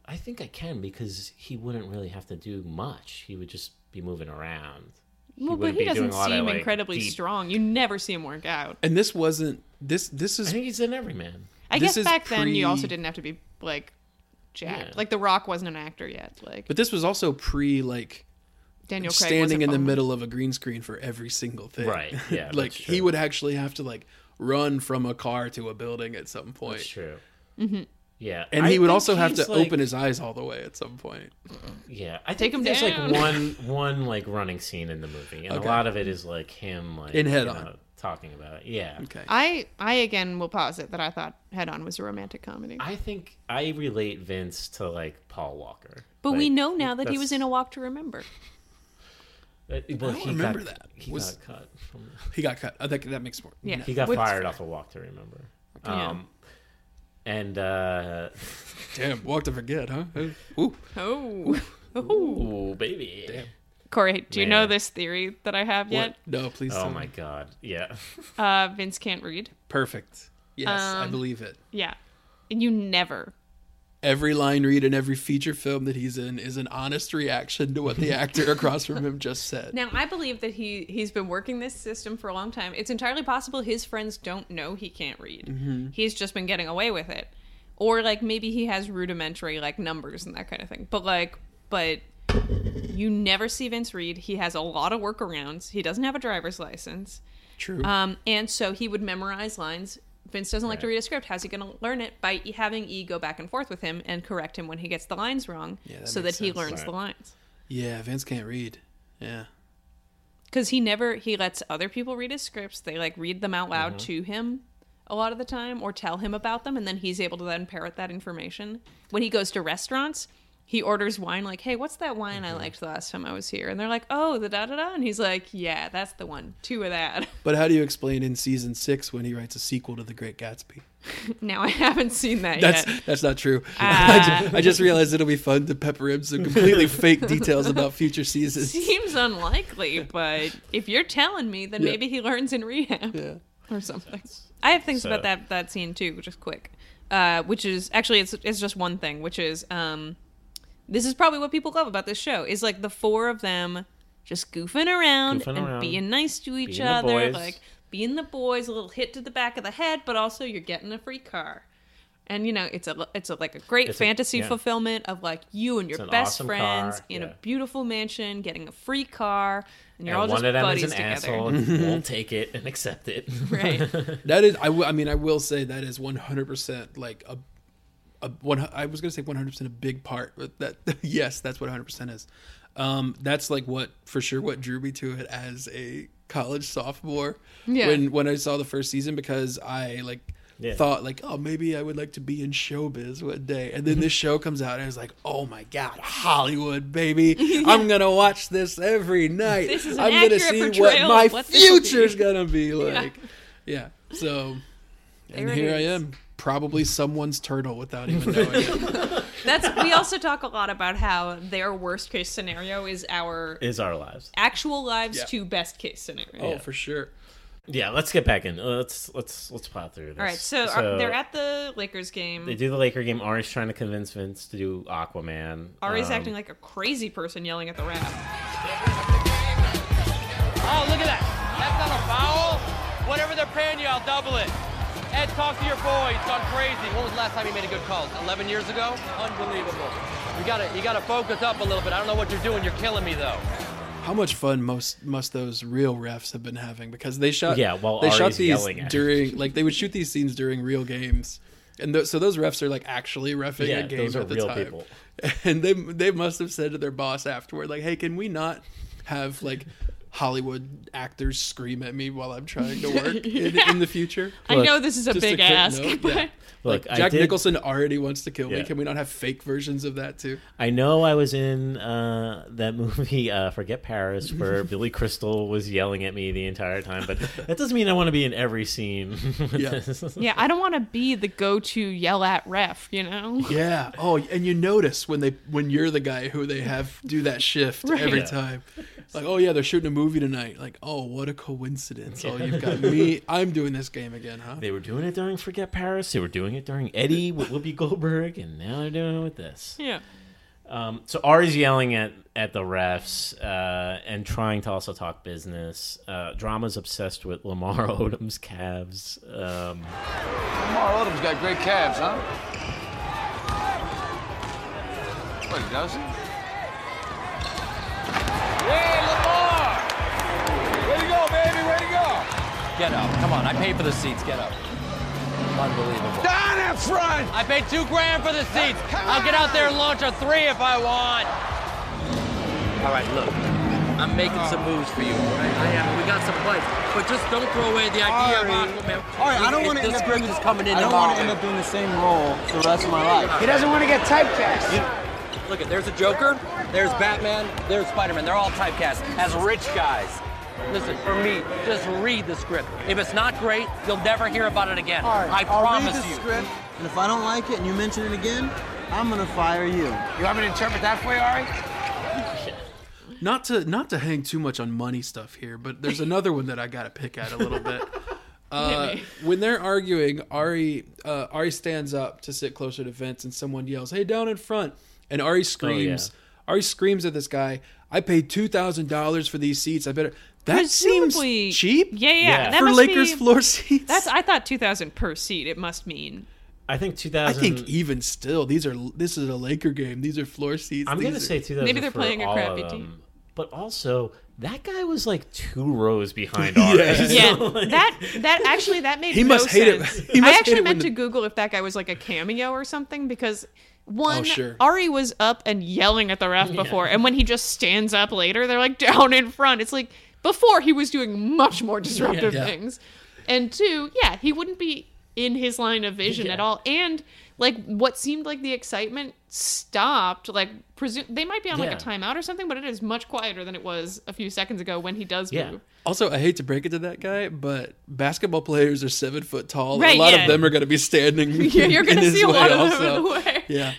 I think I can because he wouldn't really have to do much. He would just be moving around. Well, but wouldn't he be doing doesn't a lot of, seem like, incredibly deep- strong. You never see him work out. and this wasn't this this I is think he's an everyman. I This guess is back then pre- you also didn't have to be like jacked. Yeah. Like The Rock wasn't an actor yet. Like but this was also pre like Daniel Craig standing wasn't in the Bond. middle of a green screen for every single thing. Right, yeah, that's like he true. would actually have to like run from a car to a building at some point. That's true. Mm-hmm. Yeah, And I he would think also have he's, to like- open his eyes all the way at some point. Yeah, I Take think him there's down. like one one like running scene in the movie, and Okay. a lot of it is like him like In Head you On. know, talking about it. Yeah. Okay. I I again will posit that I thought Head On was a romantic comedy. I think I relate Vince to like Paul Walker. but we Like, know now that he was that's- in A Walk to Remember. Uh, well, he remember got, that. He Was- got cut. From, He got cut. I think that makes more. Yeah. he got Which- fired off a walk to remember. Yeah. Um, And uh, Damn, walk to forget, huh? Ooh. Oh. ooh, baby. Corey, do you know Man. this theory that I have yet? What? No, please. Oh tell my me. god. Yeah. Uh, Vince can't read. Perfect. Yes, I Um, believe it. Yeah. And you never. Every line read in every feature film that he's in is an honest reaction to what the actor across from him just said. Now, I believe that he, he's been working this system for a long time. It's entirely possible his friends don't know he can't read. Mm-hmm. He's just been getting away with it. Or, like, maybe he has rudimentary, like, numbers and that kind of thing. But, like, but you never see Vince read. He has a lot of workarounds. He doesn't have a driver's license. True. Um, and so he would memorize lines. Vince doesn't like to Right. read a script. How's he going to learn it? By e- having E go back and forth with him and correct him when he gets the lines wrong Yeah, that so that makes he sense. learns Right. the lines. yeah, Vince can't read. Yeah. Because he never, he lets other people read his scripts. They like read them out Mm-hmm. loud to him a lot of the time or tell him about them. And then he's able to then parrot that information. When he goes to restaurants, he orders wine like, hey, what's that wine Mm-hmm. I liked the last time I was here? And they're like, oh, the da da da. And he's like, yeah, that's the one. Two of that. But how do you explain in season six when he writes a sequel to The Great Gatsby? now I haven't seen that That's yet. that's not true. I, Uh, ju- I just, realized it'll be fun to pepper him some completely fake details about future seasons. Seems unlikely, but if you're telling me, then Yeah. maybe he learns in rehab Yeah. or something. I have things So- about that that scene too, just quick. Uh, which is actually it's it's just one thing, which is um, this is probably what people love about this show is like the four of them just goofing around Goofing and around. being nice to each Being the other, boys. like being the boys, a little hit to the back of the head, but also you're getting a free car. and you know it's a it's a, like a great It's a- fantasy yeah. fulfillment of like you and your an best awesome friends car, in yeah. a beautiful mansion, getting a free car, and you're all and just one of them buddies is an together. asshole and won't take it and accept it. Right. That is, I, w- I mean, I will say that is 100% like a, a one, I was going to say 100% a big part, but that, yes, that's what 100% is. Um, that's like what, for sure, what drew me to it as a college sophomore Yeah. when, when I saw the first season because I like thought like, oh, maybe I would like to be in showbiz one day. And Mm-hmm. then this show comes out and I was like, oh my God, Hollywood, baby. I'm going to watch this every night. This is an I'm gonna accurate see what portrayal my of what this will be." future's gonna be like. Yeah. So There and it here I is. am, probably someone's turtle without even knowing it. That's we also talk a lot about how their worst case scenario is our Is our lives. actual lives Yeah. to best case scenario. Oh, for sure. Yeah, let's get back in. Uh, Let's let's let's plow through this. All right, so, are, they're at the Lakers game. they do the Laker game. Ari's trying to convince Vince to do Aquaman. Ari's Um, acting like a crazy person yelling at the ref. Oh, look at that. That's not a foul. Whatever they're paying you, I'll double it. Ed, talk to your boy. He's gone crazy. When was the last time you made a good call? 11 years ago? Unbelievable. You gotta, you gotta focus up a little bit. I don't know what you're doing. You're killing me though. How much fun most must those real refs have been having because they shot Yeah, while they shot Ari's these yelling at during like they would shoot these scenes during real games. And th- so those refs are like actually refing Yeah, a game those are at the real time. people. And they they must have said to their boss afterward like, "Hey, can we not have like Hollywood actors scream at me while I'm trying to work in, in the future?" I know this is a Just big quick ask. note, but- yeah. Look, I Jack did- Nicholson already wants to kill me. Yeah. Can we not have fake versions of that too? I know I was in uh, that movie, uh, Forget Paris, where Billy Crystal was yelling at me the entire time, but that doesn't mean I want to be in every scene. Yeah. Yeah, I don't want to be the go-to yell at ref. You know. Yeah. Oh, and you notice when they when you're the guy who they have do that shift every Yeah. time. Like, oh yeah, they're shooting a movie tonight. Like, oh, what a coincidence. Oh, you've got me. I'm doing this game again, huh? They were doing it during Forget Paris. They were doing it during Eddie with Whoopi Goldberg, and now they're doing it with this. Yeah. Um, so Ari's yelling at at the refs uh, and trying to also talk business. Uh, Drama's obsessed with Lamar Odom's calves. Um, Lamar Odom's got great calves, huh? What, he doesn't? Hey, Lamar! Way to go, baby, way to go! Get up. Come on. I paid for the seats. Get up. Unbelievable. Down in front! I paid two grand for the seats. I'll get out there and launch a three if I want. All right, look. I'm making some moves for you. all right? I am. We got some plays, but just don't throw away the idea of Ari. Aquaman. All right, I don't If want to the end up script doing is coming in I don't want tomorrow. to end up doing the same role for the rest of my life. He doesn't want to get typecast. Look, there's a Joker, there's Batman, there's Spider-Man. They're all typecast as rich guys. Listen, for me, just read the script. If it's not great, you'll never hear about it again. All right, I I'll promise read the you. script, and if I don't like it and you mention it again, I'm gonna fire you. You want me to interpret that for you, Ari? Not to not to hang too much on money stuff here, but there's another one that I got to pick at a little bit. Uh, when they're arguing, Ari uh, Ari stands up to sit closer to Vince, and someone yells, "Hey, down in front!" And Oh, Ari screams. Ari screams at this guy. I paid two thousand dollars for these seats. I better. That Presumably- seems cheap. Yeah, yeah. Yeah. That for must Lakers be, floor seats. That's I thought two thousand per seat. It must mean. I think I 2000. think even still, these are this is a Laker game. These are floor seats. I'm These gonna are- say 2000. Maybe they're for playing a all crappy of team. them. But also, that guy was like two rows behind Ari. Yeah, that that actually that made He no must hate it- sense. he must I hate actually it when meant the- to Google if that guy was like a cameo or something because one Oh, sure. Ari was up and yelling at the ref before, and when he just stands up later, they're like down in front. It's like before he was doing much more disruptive Yeah. things, and two, yeah, he wouldn't be in his line of vision at Yeah. all, and. Like what seemed like the excitement stopped. Like presume they might be on like Yeah. a timeout or something, but it is much quieter than it was a few seconds ago when he does Yeah. move. Also, I hate to break it to that guy, but basketball players are seven foot tall. Right, a lot yeah. of them are going to be standing. Yeah, you're in gonna his see a way lot of also. them in the way. Yeah,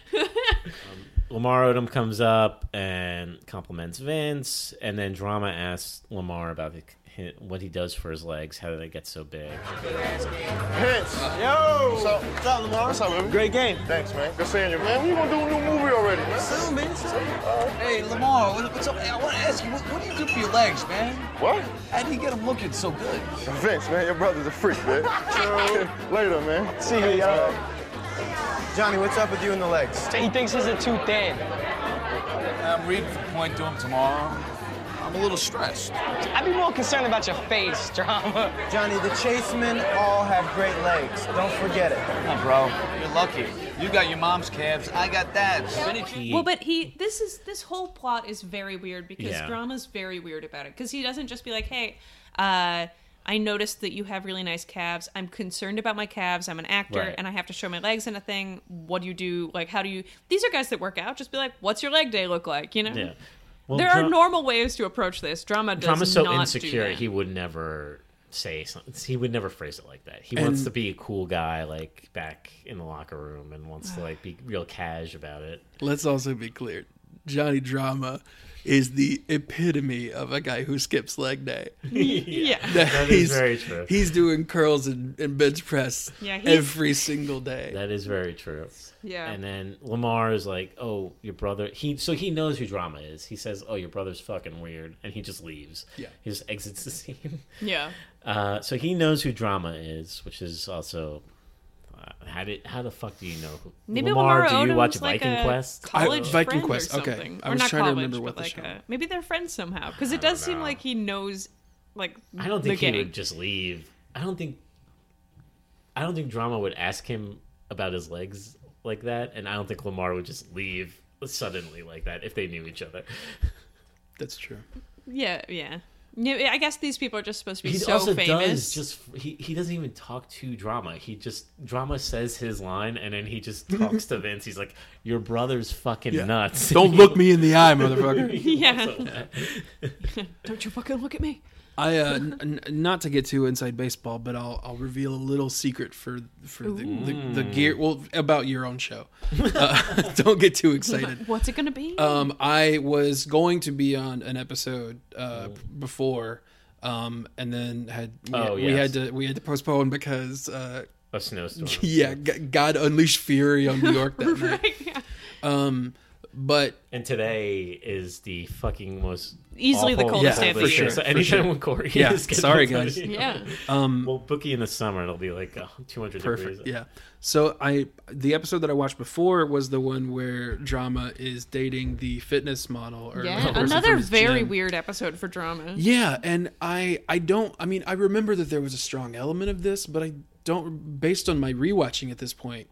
Lamar Odom comes up and compliments Vince, and then Drama asks Lamar about the, hi- what he does for his legs. How did they get so big? Vince. Yo. So, what's up, Lamar? What's up, man? Great game. Thanks, man. Good seeing you, man. We gonna do a new movie already, man. Soon, man. Soon. Hey, Lamar, what- what's up? Hey, I want to ask you, what, what do you do for your legs, man? What? How do you get them looking so good? Vince, man, your brother's a freak, man. Later, man. See you, y'all. Johnny, what's up with you and the legs? He thinks he's a too thin. I'm reading for Um, point to him tomorrow. I'm a little stressed. I'd be more concerned about your face, drama. Johnny, the chasemen all have great legs. Don't forget it. Come on, bro. You're lucky. You got your mom's calves. I got dad's. Well, but he this is this whole plot is very weird because Yeah. Grama's very weird about it because he doesn't just be like, "Hey, uh, I noticed that you have really nice calves. I'm concerned about my calves. I'm an actor Right. and I have to show my legs in a thing. What do you do? Like, how do you?" These are guys that work out. Just be like, "What's your leg day look like?" You know. Yeah. Well, there are Dra- normal ways to approach this. Drama does Drama's so not Do insecure. that. He would never say something. He would never phrase it like that. He wants And- to be a cool guy, like back in the locker room, and wants to like be real cash about it. Let's also be clear. Johnny Drama is the epitome of a guy who skips leg day. yeah. That is very true. He's doing curls and, and bench press Yeah, he's- every single day. That is very true. Yeah. And then Lamar is like, "Oh, your brother." He so he knows who drama is. He says, "Oh, your brother's fucking weird," and he just leaves. Yeah. He just exits the scene. Yeah. Uh, so he knows who drama is, which is also. Uh, how did how the fuck do you know? Who, Maybe Lamar, Lamar, do you Odom's watch like Viking a Quest? College I- Viking friend Quest, Or okay. something. I Or was not trying to college, remember what but like the show- A, maybe they're friends somehow because it does seem know. like he knows, like I don't think the he gang. would just leave. I don't think. I don't think drama would ask him about his legs like that, and I don't think Lamar would just leave suddenly like that if they knew each other. That's true. Yeah, yeah. Yeah, I guess these people are just supposed to be He so also famous. does just he, he doesn't even talk to drama. He just drama says his line, and then he just talks to Vince. He's like, "Your brother's fucking Yeah. nuts." Don't look me in the eye, motherfucker. yeah. Don't you fucking look at me. I uh, n- n- not to get too inside baseball, but I'll I'll reveal a little secret for for the, the, the gear. Well, about your own show. Uh, don't get too excited. What's it gonna be? Um, I was going to be on an episode uh, p- before, um, and then had we, Mm. Oh, we yes. had to we had to postpone because uh, a snowstorm. yeah, G- God unleashed fury on New York that night. Yeah. But And today is the fucking most Easily the awful- coldest Yeah, day of for the sure. year. So For anytime sure. when Corey Yeah, is scheduled sorry, to- guys. Um, Yeah. Well, bookie in the summer, it'll be like uh, 200 perfect. degrees. Yeah. So I the episode that I watched before was the one where drama is dating the fitness model or the Yeah. person Another from his very gym. weird episode for drama. Yeah, and I I don't I mean I remember that there was a strong element of this, but I don't based on my rewatching at this point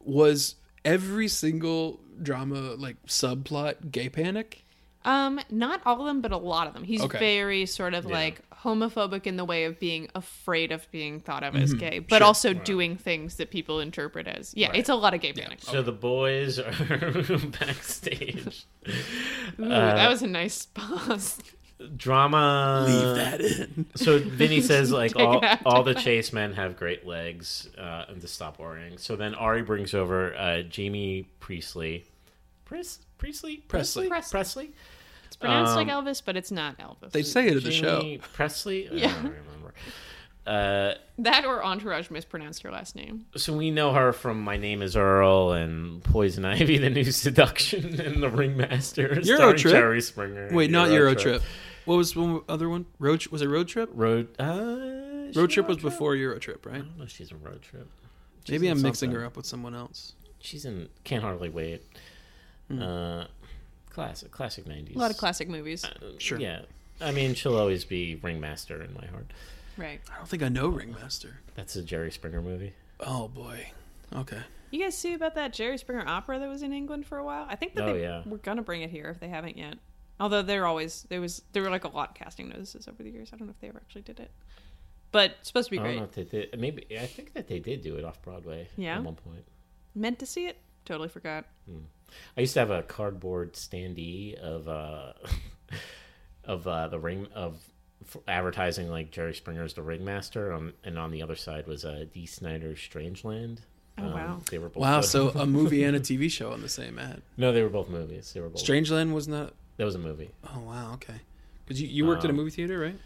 was every single drama like subplot gay panic. Um, not all of them, but a lot of them. He's Okay. very sort of like homophobic in the way of being afraid of being thought of as gay, but also doing things that people interpret as yeah. It's a lot of gay panic. So the boys are backstage. Ooh, uh, that was a nice pause. Drama. Uh, Leave that in. So Vinny says, like, all, it out. all the chase men have great legs uh, and to stop worrying. So then Ari brings over uh, Jamie Priestley. Pris- Priestley? Presley. Presley. Presley? It's pronounced like Elvis, but it's not Elvis. um, They say it in the show. Jamie Presley? I Yeah. don't remember. Uh, That or Entourage mispronounced her last name. so we know her from My Name is Earl and Poison Ivy, The New Seduction, and The Ringmaster. starring Trip? Jerry Springer. Wait, not Euro Euro Trip. What was one other one? Road was it Road Trip? Road, uh, is she Road Trip was Road before Euro Trip, right? I don't know if she's in Road Trip. Maybe in I'm mixing something. her up with someone else. She's in Can't Hardly Wait. Uh, classic, classic 90s. A lot of classic movies, Sure. Yeah. I mean, she'll always be Ringmaster in my heart. right? I don't think I know Ringmaster. That's a Jerry Springer movie. Oh boy. Okay. You guys see about that Jerry Springer opera that was in England for a while? I think that Oh, they yeah. were gonna bring it here if they haven't yet. Although they're always there was there were like a lot of casting notices over the years. I don't know if they ever actually did it, but it's supposed to be I don't great. know if they did. Maybe, I think that they did do it off Broadway Yeah? at one point. Meant to see it, totally forgot. I used to have a cardboard standee of uh of uh the ring of f- advertising like Jerry Springer's The Ringmaster on and on the other side was uh D Snyder's Strangeland. Um, Oh, wow. They were both Wow, so a movie and a TV show on the same ad. No, they were both movies. They were both Strangeland was not That was a movie. Oh wow, okay. Because you, you worked at a movie theater, right?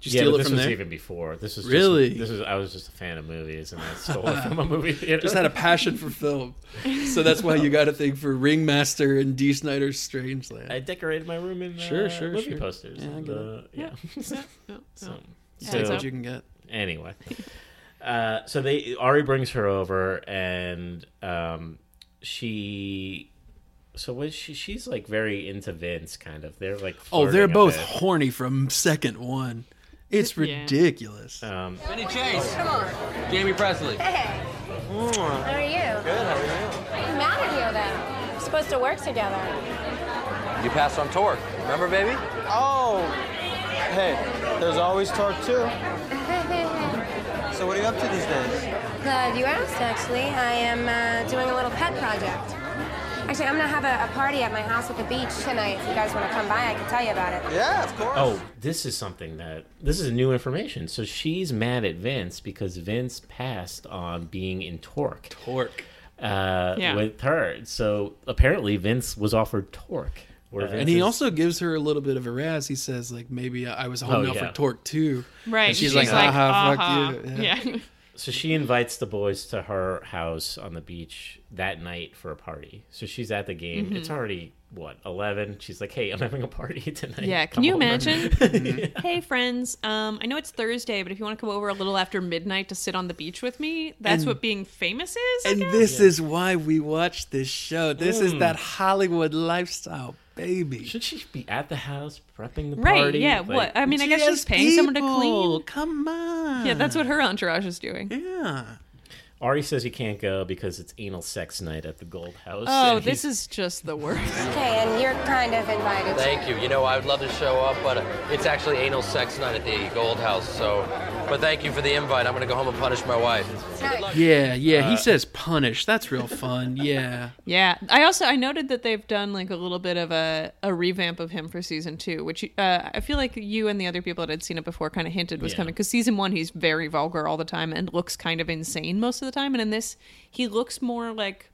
Did you yeah, steal but it this from was there? even before. This was just- Really? this was I was just a fan of movies and I stole it from a movie theater. Just had a passion for film, so that's why you got a thing for Ringmaster and D. Snyder's Strangeland. I decorated my room in Sure, uh, sure, movie sure. posters. Yeah, I and, get it. uh, yeah. Yeah, yeah, yeah. So, Yeah, Take so- what you can get. anyway Uh, so they Ari brings her over, and um, she. So what? is She she's like very into Vince, kind of. They're like Oh, they're flirting a both bit. horny from second one. It's Yeah. ridiculous. Oh. Vinny Chase, Come on. Jamie Presley. Hey. How are you? Mm. Good. How are you? I'm mad at you then. We're supposed to work together. You passed on torque. Remember, baby? Oh, hey, there's always talk too. So what are you up to these days? Glad you asked. Actually, I am uh, doing a little pet project. Actually, I'm gonna have a, a party at my house at the beach tonight. If you guys want to come by, I can tell you about it. Yeah, of course. Oh, this is something that this is new information. So she's mad at Vince because Vince passed on being in Torque Pork. uh, Yeah. with her. So apparently Vince was offered Torque. Uh, where Vince And he is- also gives her a little bit of a razz. He says, like, maybe I was holding Oh, out yeah. for Torque too. Right. "Uh-huh." And she's, like, aha, fuck you. Yeah. yeah. so she invites the boys to her house on the beach that night for a party. So she's at the game. It's Mm-hmm. already what eleven. She's like, "Hey, I'm having a party tonight." Can Come you over." imagine? Hey friends, um, I know it's Thursday, but if you want to come over a little after midnight to sit on the beach with me, that's what being famous is. I And guess? this is why we watch this show. This Hmm. is that Hollywood lifestyle, baby. Should she be at the house prepping the right? party? yeah. Like, what? I mean, I guess Yes, she's paying someone to people, clean. Come on. Yeah, that's what her entourage is doing. Yeah. Ari says he can't go because it's anal sex night at the Gold House. Oh, and this he's- is just the worst. Okay, and you're kind of invited. Thank you. You know, I would love to show up, but it's actually anal sex night at the Gold House. So, but thank you for the invite. I'm gonna go home and punish my wife. Nice. Yeah, yeah. Uh, he says punish. That's real fun. Yeah. Yeah. I also I noted that they've done like a little bit of a, a revamp of him for season two, which uh, I feel like you and the other people that had seen it before kind of hinted was Yeah. coming because season one he's very vulgar all the time and looks kind of insane most of the time, and in this he looks more like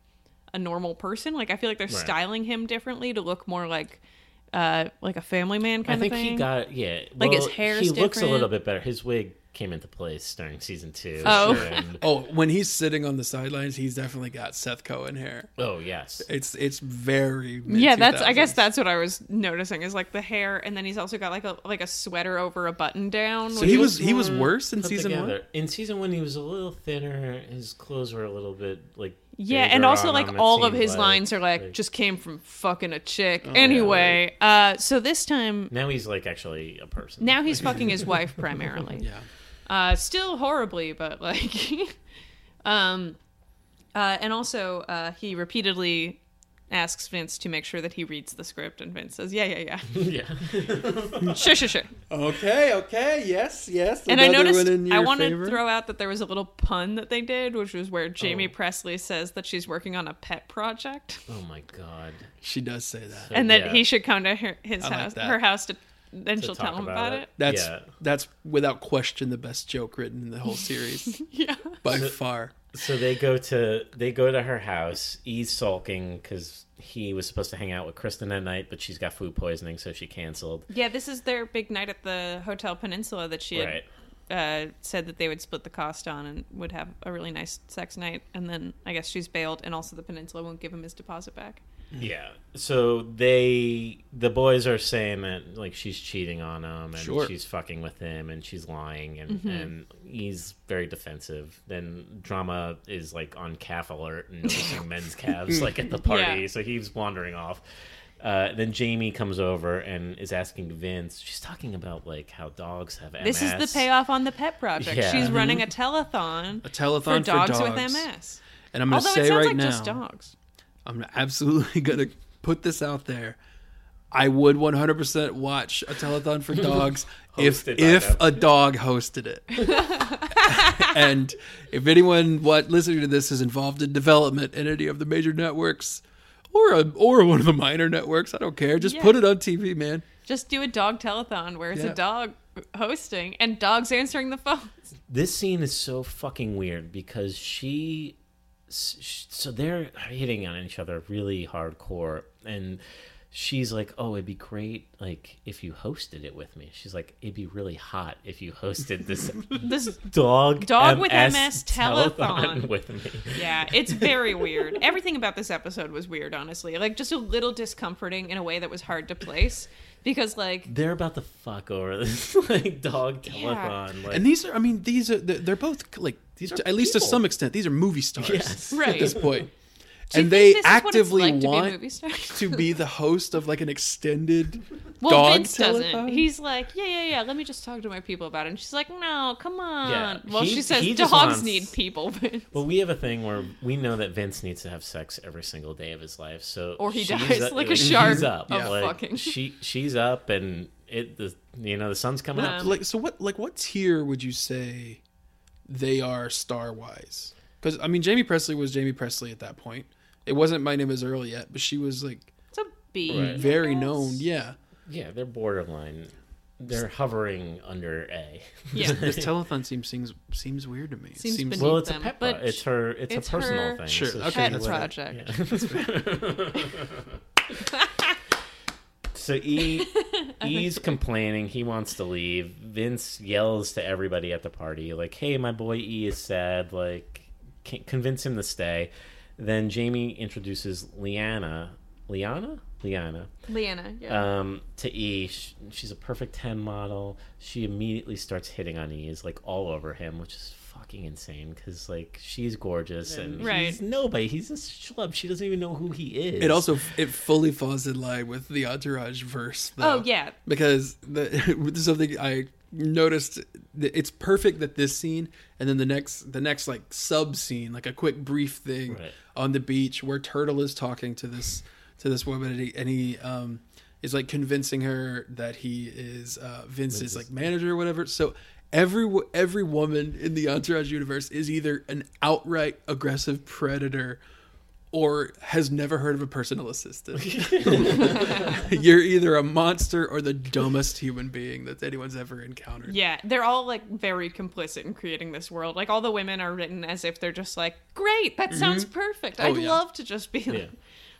a normal person. Like I feel like they're styling him differently to look more like uh like a family man I kind think of thing. he got yeah. Like, his well, hair's He looks a different. little bit better. His wig came into place during season two. Oh. sure, and- Oh, when he's sitting on the sidelines, he's definitely got Seth Cohen hair. oh yes. It's it's very yeah, that's. I guess mid-2000s. that's what I was noticing is like the hair, and then he's also got like a like a sweater over a button down. So which he is- was he was more worse in put season one. together. In season one, he was a little thinner. His clothes were a little bit like Yeah, bigger and also on like him, it all of seemed his like. lines are like, like- just came from fucking a chick. anyway, uh so this time Now he's like actually a person. now he's fucking his wife primarily. Yeah. Uh still horribly, but like um uh and also uh he repeatedly asks Vince to make sure that he reads the script and Vince says, "Yeah, yeah, yeah. yeah. sure, sure, sure." Okay, okay, yes, yes. And I noticed I want to throw out that there was a little pun that they did, which was where Jamie Oh. Presley says that she's working on a pet project. Oh my god. She does say that. and that Yeah. he should come to her, his like house, that. her house, to then she'll talk tell him about about it. it. That's Yeah. that's without question the best joke written in the whole series Yeah, by far. So they go to they go to her house. E's sulking because he was supposed to hang out with Kristen that night, but she's got food poisoning, so she canceled. yeah. This is their big night at the Hotel Peninsula that she had Right. uh, said that they would split the cost on and would have a really nice sex night. And then I guess she's bailed, and also the Peninsula won't give him his deposit back. Yeah. So they the boys are saying that like she's cheating on him and Sure. she's fucking with him and she's lying and Mm-hmm. and he's very defensive. Then drama is like on calf alert and noticing men's calves like at the party, Yeah. so he's wandering off. Uh, then Jamie comes over and is asking Vince. She's talking about like how dogs have MS. This is the payoff on the pet project. Yeah. She's running a telethon. Mm-hmm. A for telethon for dogs, with dogs. MS. And I'm going to Although it say sounds right like now, just dogs. I'm absolutely going to put this out there. I would 100% watch a telethon for dogs if Hosted by if them. a dog hosted it. and if anyone what listening to this is involved in development in any of the major networks or a, or one of the minor networks, I don't care. Just Yeah. put it on TV, man. Just do a dog telethon where it's Yeah. a dog hosting and dogs answering the phones. this scene is so fucking weird because she s- sh- so they're hitting on each other really hardcore and she's like oh it'd be great like if you hosted it with me she's like it'd be really hot if you hosted this This dog Dog MS with MS telethon. with me Yeah, it's very weird. Everything about this episode was weird, honestly. Like just a little discomforting in a way that was hard to place because like they're about to fuck over this like dog telethon like And these are, I mean, these are, they're they're both like These at least to people. some extent, these are movie stars Yes. Right. at this point. you think and they this is what it's actively like to be a want movie star? to be the host of like an extended Well, dog Vince telethon. doesn't. He's like, yeah, yeah, yeah. Let me just talk to my people about it. And she's like, no, come on. Yeah, well, he- she says he dogs just wants- need people, Vince. Well, we have a thing where we know that Vince needs to have sex every single day of his life, so Or he she's dies up- like a like, shark She's up, of like, fucking. She she's up, and it the you know the sun's coming up. Um, like so what like what tier would you say they are star wise because i mean jamie presley was jamie presley at that point it wasn't my name is earl yet but she was like It's a B. Right. very known yeah Yeah, they're borderline. They're hovering under A. Yeah. this telethon seems seems seems weird to me Seems beneath Well, it's a them, pet. but pro- It's her. It's, it's a personal her thing. Sure, so okay. she Pet would- project. So E E's complaining, he wants to leave. Vince yells to everybody at the party, like, "Hey, my boy E is sad. Like, can convince him to stay." Then Jamie introduces Liana, Liana, Liana, Leanna. Uh, Yeah. um, to E. Sh- She's a perfect ten model. She immediately starts hitting on E. Is like all over him, which is fucking insane because like she's gorgeous and Right. he's nobody. He's a schlub. She doesn't even know who he is. it also it fully falls in line with the entourage verse though, oh yeah. because the this is something i noticed that it's perfect that this scene and then the next the next like sub scene like a quick brief thing Right. on the beach where turtle is talking to this to this woman and he, and he um is like convincing her that he is uh vince's like manager or whatever so every wo- every woman in the entourage universe is either an outright aggressive predator or has never heard of a personal assistant you're either a monster or the dumbest human being that anyone's ever encountered. Yeah, they're all like very complicit in creating this world. Like all the women are written as if they're just like, "Great, that sounds perfect. I'd yeah. love to just be like, Mm-hmm. Oh, Yeah.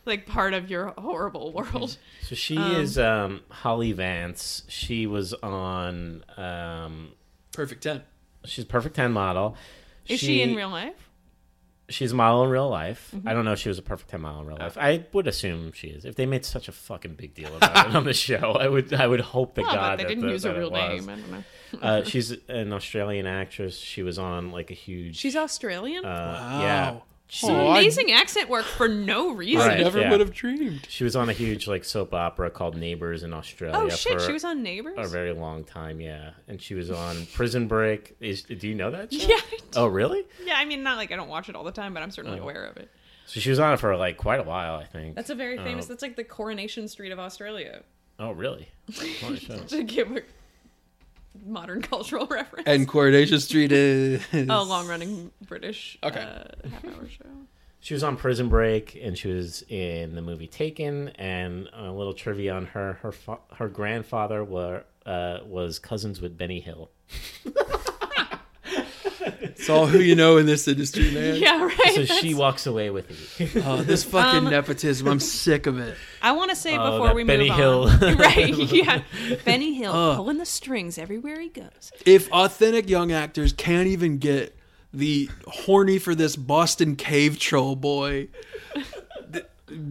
like part of your horrible world." So she is um, Holly Vance. She was on. Um, Perfect 10. she's a perfect ten model. Is she in real Mm-hmm. life? She's a model in real life. I don't know if she was a perfect ten model in real Oh. life. I would assume she is. If they made such a fucking big deal about it on the show, I would. I would hope that Oh, but God they that didn't the- use her that it real was. name. I don't know. uh, she's an Australian actress. She was on like a huge. She's Australian. uh, Wow. Yeah. Some amazing accent work for no reason. I Right, never yeah. would have dreamed. She was on a huge like soap opera called Neighbours in Australia. Oh shit, for- she was on a Neighbors. very long time, yeah. And she was on Prison Break. Is do you know that? show? Yeah, Oh, really? yeah. I mean, not like I don't watch it all the time, but I'm certainly aware of it. So she was on it for like quite a while, I think. That's a very famous. that's like the Coronation Street of Australia. oh, really? Holy shit. To give a modern cultural reference. And Coronation Street is. a long-running British Okay. uh, half-hour show. she was on Prison Break, and she was in the movie Taken. And a little trivia on her: her fa- her grandfather were uh, was cousins with Benny Hill. It's all who you know in this industry, man. Yeah, right. So she walks away with it. Oh, this fucking Um, nepotism. I'm sick of it. I want to say Oh, before that we Benny move Hill. on, right? Yeah, Benny Hill Oh. pulling the strings everywhere he goes. If authentic young actors can't even get the horny for this Boston cave troll boy th-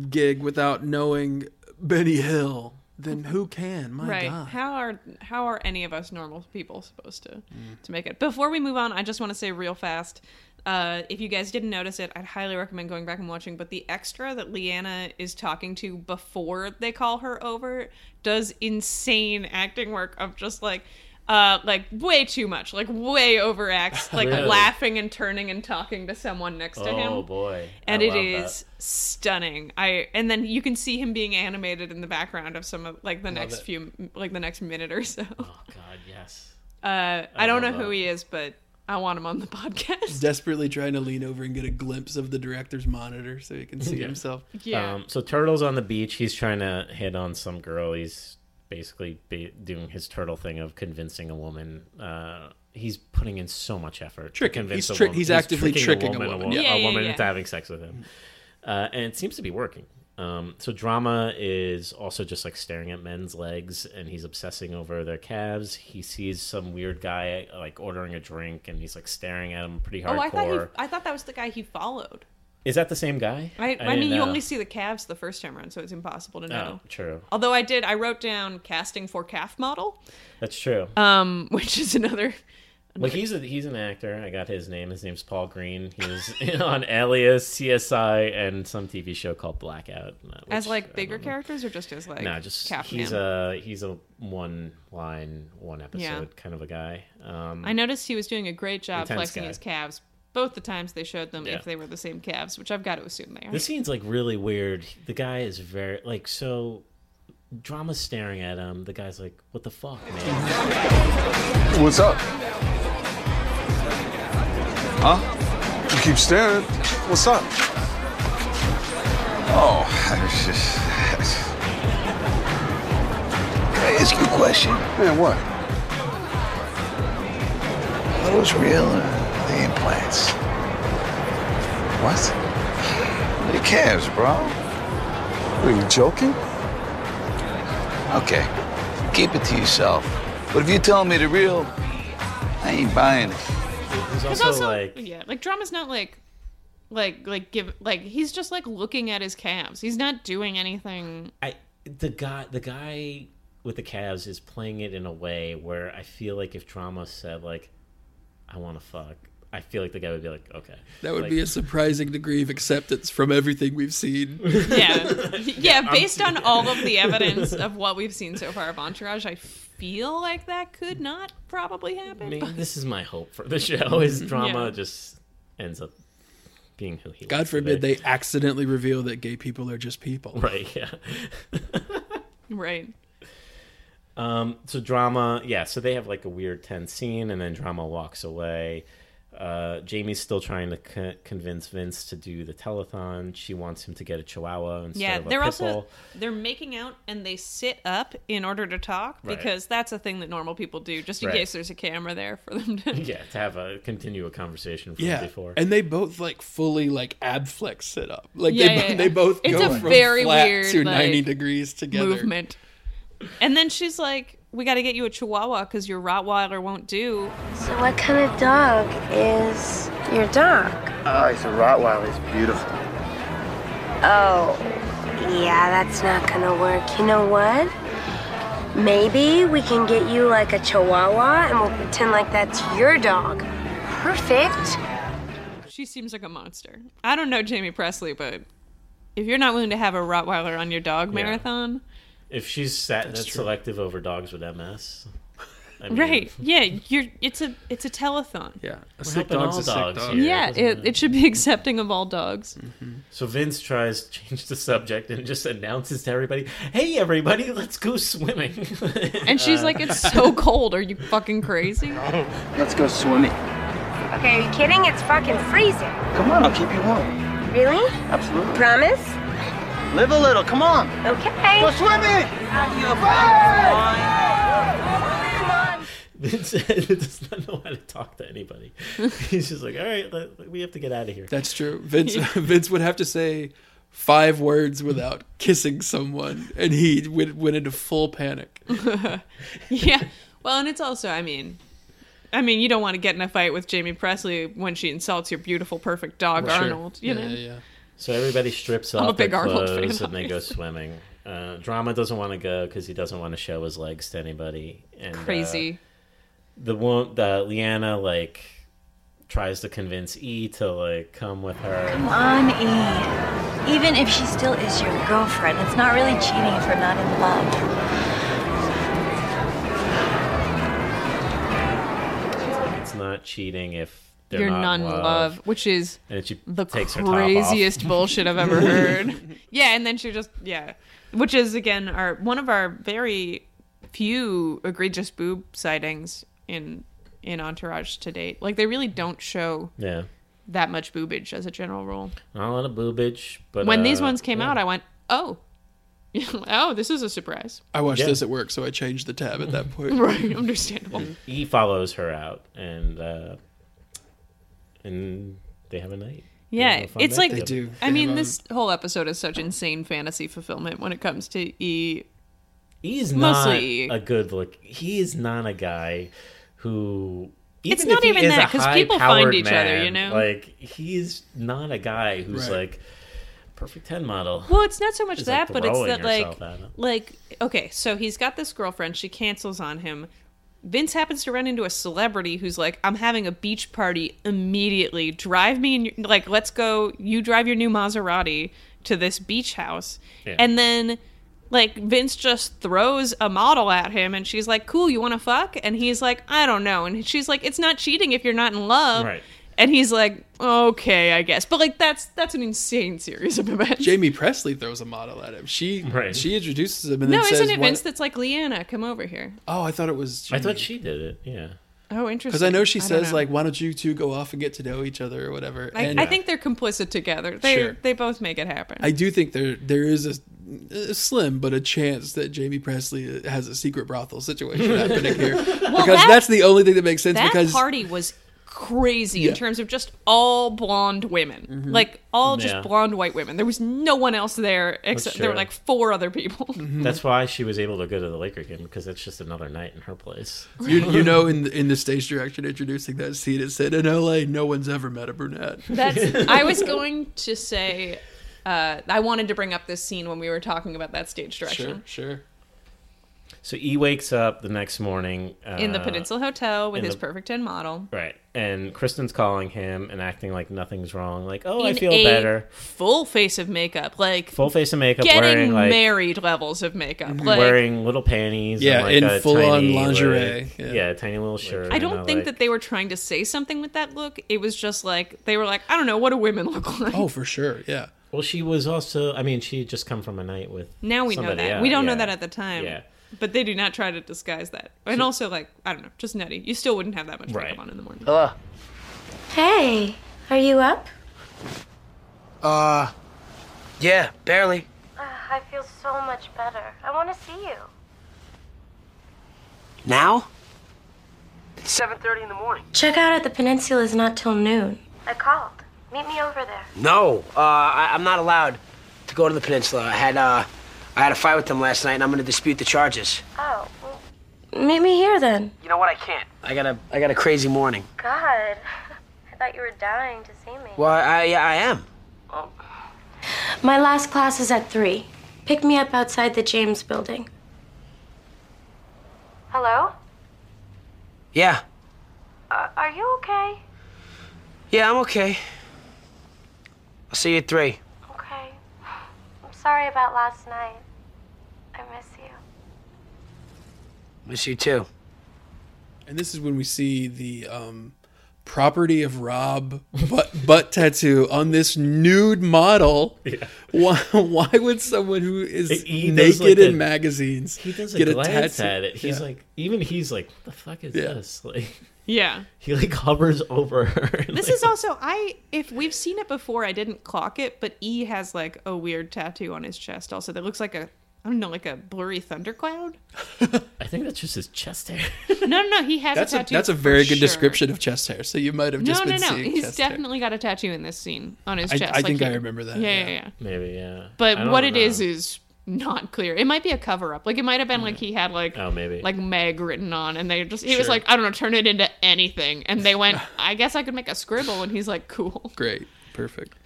gig without knowing Benny Hill, then who can? My right? God. How are how are any of us normal people supposed to Mm. to make it? Before we move on, I just want to say real fast. Uh, if you guys didn't notice it, I'd highly recommend going back and watching. But the extra that Leanna is talking to before they call her over does insane acting work of just like, uh, like way too much, like way overacts, like Really? laughing and turning and talking to someone next to him oh boy! and I it love is stunning. I and then you can see him being animated in the background of some of like the next it. few like the next minute or so. that. Oh God, yes. Uh, I don't know love who that. he is, but I want him on the podcast. desperately trying to lean over and get a glimpse of the director's monitor so he can see himself. Yeah, Um, so turtle's on the beach. He's trying to hit on some girl. He's basically be doing his turtle thing of convincing a woman. Uh, he's putting in so much effort. To Tricking. convince He's a tri- woman. he's actively tricking a woman. wo- Yeah. Yeah, yeah, woman yeah. into having sex with him, uh, and it seems to be working. Um, so drama is also just like staring at men's legs, and he's obsessing over their calves. He sees some weird guy like ordering a drink, and he's like staring at him pretty hardcore. oh, I thought he, I thought that was the guy he followed. Is that the same guy? I, I, didn't mean, you know. only see the calves the first time around, so it's impossible to know. Oh, true. Although I did, I wrote down casting for calf model, That's true. um, which is another Well, he's a, he's an actor. I got his name. His name's Paul Green. He was on Alias, CSI, and some TV show called Blackout. uh, As which like I bigger don't know. characters or just as like no, just Calfman? he's a he's a one line, one episode Yeah. kind of a guy. Um, I noticed he was doing a great job Intense flexing guy. his calves both the times they showed them, Yeah. if they were the same calves, which I've got to assume they are. This scene's like really weird. The guy is very like so. Drama's staring at him. The guy's like, "What the fuck, man?" What's up? Huh? You keep staring. What's up? Oh, I was just. Can I ask you a question? Man, what? Are those real or are they implants? What? Your calves, bro. Are you joking? Okay, keep it to yourself. But if you tell me the real, I ain't buying it. He's Because also, like, yeah, like drama's not like, like, like give like he's just like looking at his calves. He's not doing anything. I the guy the guy with the calves is playing it in a way where I feel like if Drama said like, "I want to fuck," I feel like the guy would be like, "Okay." That would Like, be a surprising degree of acceptance from everything we've seen. Yeah, yeah. Based on all of the evidence of what we've seen so far of Entourage, I feel like that could not probably happen. maybe this is my hope for the show. Is Mm-hmm. Drama Yeah. just ends up being who he God wants to forbid be. they accidentally reveal that gay people are just people. right yeah. Right. Um, so drama, yeah. So they have like a weird tense scene, and then drama walks away. Uh, Jamie's still trying to co- convince Vince to do the telethon. She wants him to get a Chihuahua instead Yeah, of a they're pit also bull. they're making out and they sit up in order to talk Right. because that's a thing that normal people do just in Right. case there's a camera there for them to Yeah, to have a continue a conversation from Yeah, before. and they both like fully like ab flex sit up. Like Yeah, they, yeah, yeah. they both It's go a from very flat weird, to like, ninety degrees together. movement. And then she's like, "We got to get you a Chihuahua because your Rottweiler won't do." So, what kind of dog is your dog? Oh, he's a Rottweiler. He's beautiful. Oh, yeah, that's not gonna work. You know what? Maybe we can get you like a chihuahua and we'll pretend like that's your dog. Perfect. She seems like a monster. I don't know Jamie Presley, but if you're not willing to have a Rottweiler on your dog Yeah. marathon, if she's sat that's, true. selective over dogs with MS, I mean, right? Yeah, you're. It's a it's a telethon. Yeah, a We're sick helping dog's all a sick dogs dog. here. Yeah, it, it should be accepting of all dogs. So Vince tries to change the subject and just announces to everybody, "Hey, everybody, let's go swimming." Uh, And she's like, "It's so cold. Are you fucking crazy?" Let's go swimming. Okay, are you kidding? It's fucking freezing. Come on, I'll keep you warm. Really? Absolutely. Promise? Live a little. Come on. Okay. Go swimming. Vince does not know how to talk to anybody. He's just like, all right, let, we have to get out of here. That's true. Vince Vince would have to say five words without kissing someone, and he went, went into full panic. yeah. Well, and it's also, I mean, I mean, you don't want to get in a fight with Jamie Presley when she insults your beautiful, perfect dog, Arnold. You yeah, know. yeah. So everybody strips off a their big Arnold fan, clothes and they go swimming. Uh, Drama doesn't want to go because he doesn't want to show his legs to anybody. And, uh, Crazy. the one, the Leanna like tries to convince E to like come with her. On E. Even if she still is your girlfriend, it's not really cheating if we're not in love. It's not cheating if they're You're not none in love. love. which is And she the takes her top off. craziest bullshit I've ever heard. yeah, and then she just yeah, which is again our one of our very few egregious boob sightings in in Entourage to date. Like they really don't show Yeah, that much boobage as a general rule. not a lot of boobage. But When uh, these ones came yeah. out, I went, oh. oh, this is a surprise. I watched Yeah. this at work, so I changed the tab at that point. Right, understandable. E follows her out, and uh, and they have a night. Yeah, have a fun it's night like They together. do. I mean, They have um, this whole episode is such insane fantasy fulfillment when it comes to E. He's Mostly- not a good look. He is not a guy who. Even It's not if he even is that, a 'cause people find high-powered each other, man, you know? Like he's not a guy who's Right. like perfect ten model. Well, it's not so much She's, like, that, but it's throwing that like herself at him. like okay, so he's got this girlfriend. She cancels on him. Vince happens to run into a celebrity who's like, "I'm having a beach party immediately. Drive me and your- like, let's go. You drive your new Maserati to this beach house." Yeah. And then like Vince just throws a model at him and she's like, "Cool, you want to fuck?" And he's like, "I don't know." And she's like, "It's not cheating if you're not in love." Right. And he's like, "Okay, I guess." But like that's that's an insane series of events. Jamie Presley throws a model at him. She Right. she introduces him and no, then says, isn't it "Why- Vince that's like Leanna, come over here. "Oh, I thought it was." I thought Jamie. she did it. Yeah. Oh, interesting. Because I know she don't says know. like, "Why don't you two go off and get to know each other or whatever?" I, and I think they're complicit together. They Sure. they both make it happen. I do think there there is a, a slim but a chance that Jamie Presley has a secret brothel situation happening here because that- that's the only thing that makes sense. that because party was crazy Yeah. Mm-hmm. in terms of just all blonde women, like all just Yeah. blonde white women. There was no one else there except there were true. like four other people. Mm-hmm. That's why she was able to go to the Laker game because it's just another night in her place. you, you know in the, in the stage direction introducing that scene it said in L.A. no one's ever met a brunette. That's. I was going to say. Uh, I wanted to bring up this scene when we were talking about that stage direction sure. So E wakes up the next morning uh, in the Peninsula Hotel with in his the- perfect ten model. Right. And Kristen's calling him and acting like nothing's wrong. Like, oh, I in feel a better. Full face of makeup, like Full face of makeup, getting wearing like married levels of makeup. Like, wearing little panties. Yeah, and, like, in a full-on tiny, lingerie. like- Yeah. yeah. a tiny little shirt. I don't and a, think like- that they were trying to say something with that look. It was just like they were like, I don't know, what do women look like? Oh, for sure. Yeah. Well, she was also. I mean, she had just come from a night with. now we know somebody that. else. We don't Yeah. know that at the time. Yeah. But they do not try to disguise that. And also like, I don't know, just nutty. You still wouldn't have that much Right. makeup on in the morning. Hello. Hey, are you up? Uh, yeah, barely. Ah, I feel so much better. I want to see you. Now? It's 7:30 in the morning. Checkout at the Peninsula is not till noon. I called. Meet me over there. No. Uh, I, I'm not allowed to go to the peninsula. I had uh, I had a fight with them last night, and I'm gonna dispute the charges. Oh, well, meet me here then. You know what? I can't. I got a I got a crazy morning. God, I thought you were dying to see me. Well, I yeah, I am. My last class is at three. Pick me up outside the James Building. Hello? Yeah. Uh, are you okay? Yeah, I'm okay. I'll see you at three. Okay. I'm sorry about last night. I miss you. Miss you too. And this is when we see the um, property of Rob butt, butt tattoo on this nude model. Why, why would someone who is He does, naked like, in a- magazines He does a get a glance tattoo? at it. He's Yeah. like, even he's like, what the fuck is Yeah. this? Like, Yeah. he like hovers over her. This is also I if we've seen it before, I didn't clock it, but E has like a weird tattoo on his chest also that looks like a I don't know, like a blurry thundercloud. I think that's just his chest hair. No, no, no. He has that's a a, tattoo. that's a for very sure. good description of chest hair. So you might have No, just no, been no. seeing He's chest hair. definitely got a tattoo in this scene on his I- chest. I think he- I remember that, Yeah, yeah, yeah. yeah. Maybe, yeah. I But don't what it know. is is not clear. It might be a cover up. Like it might have been like he had like Oh, maybe. like Meg written on, and they just he was Sure. like, I don't know, turn it into anything, and they went, I guess I could make a scribble, and he's like, cool. Great. Perfect.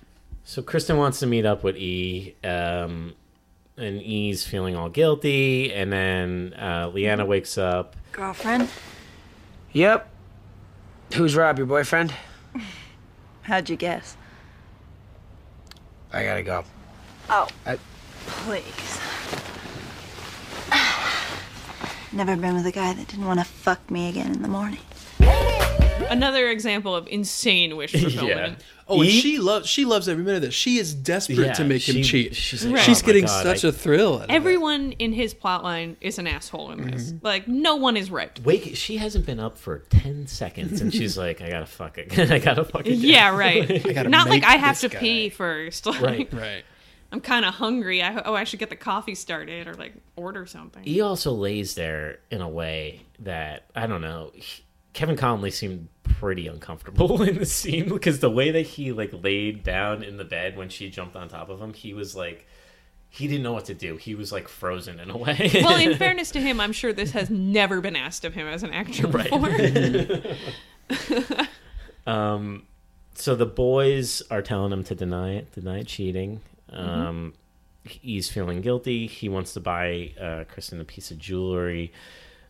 So Kristen wants to meet up with E, um, and E's feeling all guilty, and then uh, Leanna wakes up. Girlfriend, Yep. Who's Rob? Your boyfriend? how'd you guess? I gotta go. Oh, I- please. Never been with a guy that didn't want to fuck me again in the morning. Another example of insane wish fulfillment. Oh, and E- she loves she loves every minute of this. She is desperate Yeah, to make she- him cheat. she's like, Right. she's "Oh my getting God, such I- a thrill. Out of it. Everyone in his plotline is an asshole in this. Mm-hmm. Like no one is right. Wake. She hasn't been up for ten seconds, and she's like, "I gotta fuck again. I gotta fuck again." Yeah, right. gotta Not like make I have this to guy. pee first. Like, Right. Right. I'm kind of hungry. I oh, I should get the coffee started or like order something. he also lays there in a way that I don't know. he- Kevin Conley seemed pretty uncomfortable in the scene because the way that he like laid down in the bed when she jumped on top of him, he was like he didn't know what to do. He was like frozen in a way. well, in fairness to him, I'm sure this has never been asked of him as an actor Right. before. so the boys are telling him to deny it, deny cheating. Mm-hmm. Um, He's feeling guilty. He wants to buy uh, Kristen a piece of jewelry.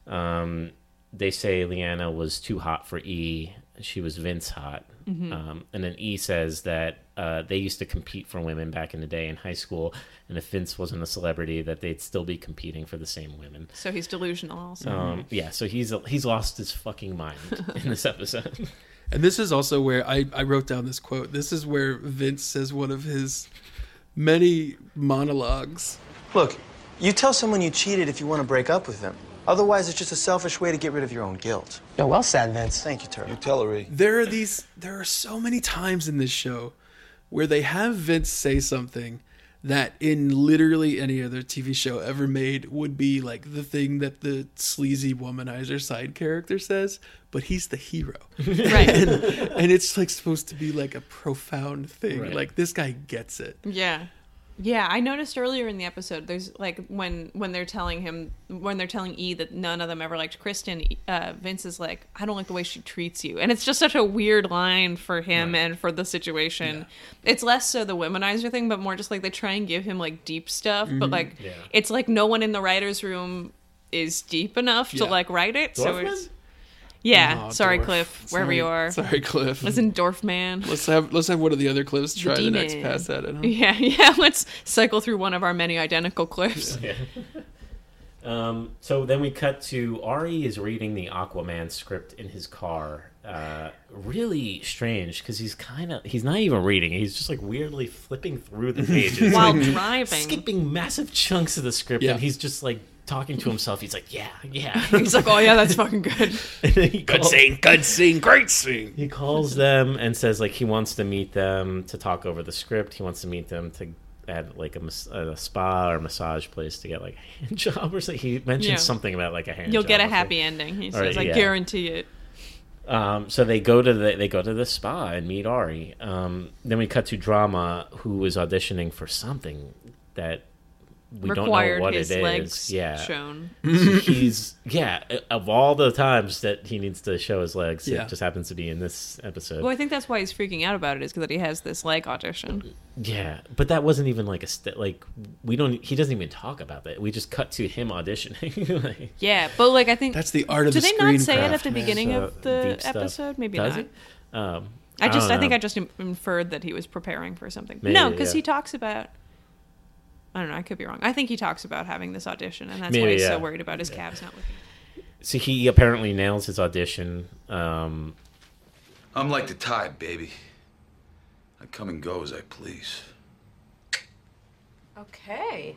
Um, they say Leanna was too hot for E. She was Vince hot. Mm-hmm. Mhm. Um, and then E says that uh, they used to compete for women back in the day in high school, and if Vince wasn't a celebrity, that they'd still be competing for the same women. So he's delusional. Also, Um, yeah, so he's he's lost his fucking mind in this episode. And this is also where I, I wrote down this quote. This is where Vince says one of his many monologues. Look, you tell someone you cheated if you want to break up with them. Otherwise, it's just a selfish way to get rid of your own guilt. Yeah, well Oh, said, Vince. Thank you, Turtle. You Tillery. There are these there are so many times in this show where they have Vince say something that in literally any other TV show ever made would be like the thing that the sleazy womanizer side character says, but he's the hero. Right. and, and it's like supposed to be like a profound thing. Right. Like this guy gets it. Yeah. Yeah, I noticed earlier in the episode. There's like when when they're telling him when they're telling E that none of them ever liked Kristen. Uh, Vince is like, I don't like the way she treats you, and it's just such a weird line for him and for the situation. It's less so the womanizer thing, but more just like they try and give him like deep stuff, but Mhm. like Yeah. it's like no one in the writers' room is deep enough Yeah. to like write it. So Dorfman? it's yeah. Oh, sorry, Dorf. Cliff, wherever Sorry- you are. Sorry, Cliff. Listen, Dorfman. Let's have let's have one of the other clips try the next Demon. pass at it. huh? Yeah, yeah. Let's cycle through one of our many identical clips. Um, so then we cut to Ari is reading the Aquaman script in his car. Uh, really strange because he's kind of he's not even reading. He's just like weirdly flipping through the pages While like, driving. skipping massive chunks of the script, Yeah. and he's just like talking to himself. He's like, "Yeah, yeah." He's like, oh yeah, that's fucking good. Good scene, good scene, great scene. He calls them and says like he wants to meet them to talk over the script. He wants to meet them to at like a, mas- a spa or massage place to get like a hand job or something. He mentions Yeah. something about like a hand. You'll job get a or something. happy ending. He Or, says, I yeah. guarantee it. Um, so they go to the they go to the spa and meet Ari. Um, then we cut to Drama, who is auditioning for something that we don't Required know what his it is. legs yeah, shown. So he's yeah. Of all the times that he needs to show his legs, Yeah. it just happens to be in this episode. Well, I think that's why he's freaking out about it is because he has this like Uh, audition. yeah, but that wasn't even like a st- like we don't. He doesn't even talk about that. We just cut to him auditioning. Like- Yeah, but like I think That's the art of Do the they not say it at screencraft, the man. beginning So, of the deep stuff. episode? Maybe Does not. it? Um, I just don't I, think know. I just im- inferred that he was preparing for something. Maybe, no, because yeah. he talks about. I don't know. I could be wrong. I think he talks about having this audition, and that's why Maybe, he's yeah. so worried about his calves not looking. So he apparently nails his audition. Um, I'm like the tide, baby. I come and go as I please. Okay.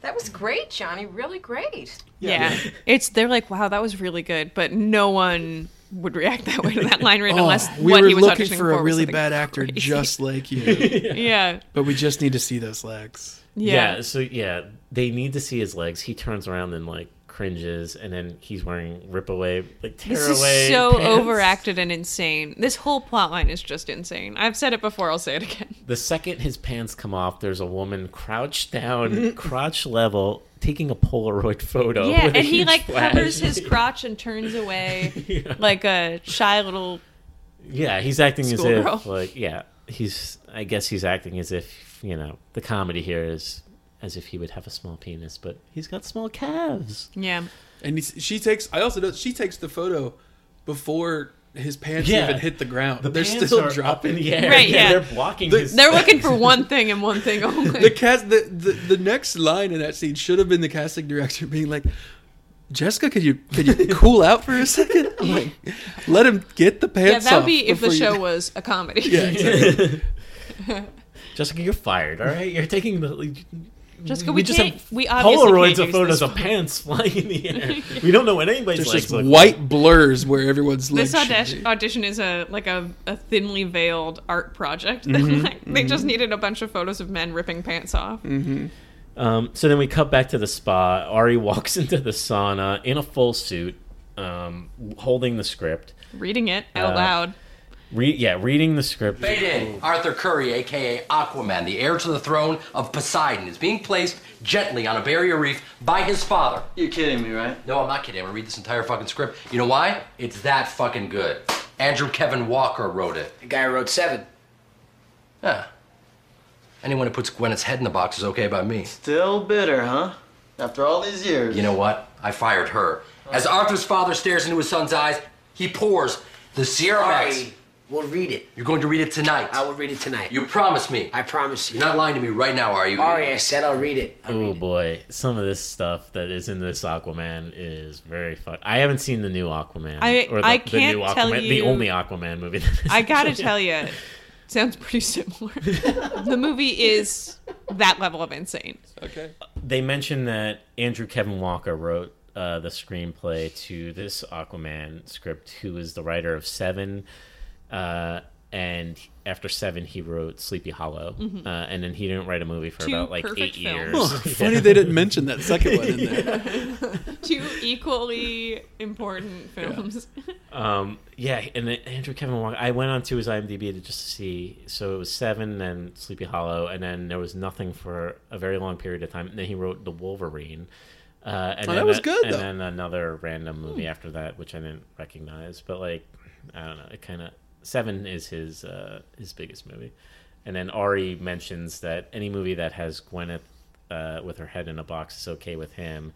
That was great, Johnny. Really great. Yeah. It's they're like, wow, that was really good, but no one would react that way to that line read Oh, unless we what were he was looking auditioning for a was really something bad actor crazy. just like you. Yeah. But we just need to see those legs. yeah. So yeah, they need to see his legs. He turns around and like cringes, and then he's wearing rip away like tear This is away so pants. overacted and insane. This whole plot line is just insane. I've said it before, I'll say it again. The second his pants come off, there's a woman crouched down, crotch level, taking a Polaroid photo. yeah, with a and he huge like Oh, flash. covers his crotch and turns away like a shy little Yeah, he's acting as Schoolgirl. if like yeah, he's I guess he's acting as if, you know, the comedy here is as if he would have a small penis, but he's got small calves. Yeah. And he's, she takes. I also know she takes the photo before his pants Yeah. even hit the ground. The they're pants still are up dropping. in the air. Right, Yeah, yeah. they're blocking The, his- They're looking for one thing and one thing only. the cast. The, the the next line in that scene should have been the casting director being like. Jessica, could you could you cool out for a second? Like, let him get the yeah, pants that would off be if the before you- show was a comedy. Yeah, exactly. Jessica, you're fired, all right? You're taking the Jessica, we can't- we obviously Polaroids can't of use photos this of photo. pants flying in the air. We don't know what anybody's There's legs just look white blurs where everyone's legs. This should audition, audition is a like a, a thinly veiled art project. Mhm, Like, they just mhm. needed a bunch of photos of men ripping pants off. Mm-hmm. Um, so then we cut back to the spa. Ari walks into the sauna in a full suit, um, holding the script, Reading it out Uh, loud. Re- yeah, reading the script. Fade in. Arthur Curry, aka Aquaman, the heir to the throne of Poseidon, is being placed gently on a barrier reef by his father. You're kidding me, right? No, I'm not kidding. I'm gonna read this entire fucking script. You know why? It's that fucking good. Andrew Kevin Walker wrote it. The guy who wrote Seven. Yeah. Anyone who puts Gwyneth's head in the box is okay by me. Still bitter, huh? After all these years. You know what? I fired her. As Arthur's father stares into his son's eyes, he pours the serum X. Sorry. We'll read it. You're going to read it tonight. I will read it tonight. You promise me. I promise you. You're not lying to me right now, are you? Ari, I said I'll read it. Oh boy, some of this stuff that is in this Aquaman is very fun. I haven't seen the new Aquaman. I- I can't Aquaman, tell the you- only Aquaman movie. That is I gotta tell you, it sounds pretty similar. the movie is that level of insane. Okay. they mentioned that Andrew Kevin Walker wrote uh, the screenplay to this Aquaman script, who is the writer of Seven. Uh, and after Seven, he wrote Sleepy Hollow. Mhm. Uh, and then he didn't write a movie for Mm-hmm. Two about like eight perfect years. Huh, funny they didn't mention that second one in there. Two equally important films. Um, yeah, and then Andrew Kevin Walker. I went onto his IMDb to just to see. So it was Seven, then Sleepy Hollow, and then there was nothing for a very long period of time. And then he wrote The Wolverine. Uh, and Oh, that then was a- good, And though. then another random movie Hmm. after that, which I didn't recognize. But like, I don't know. It kind of Seven is his uh, his biggest movie. And then Ari mentions that any movie that has Gwyneth uh, with her head in a box is okay with him.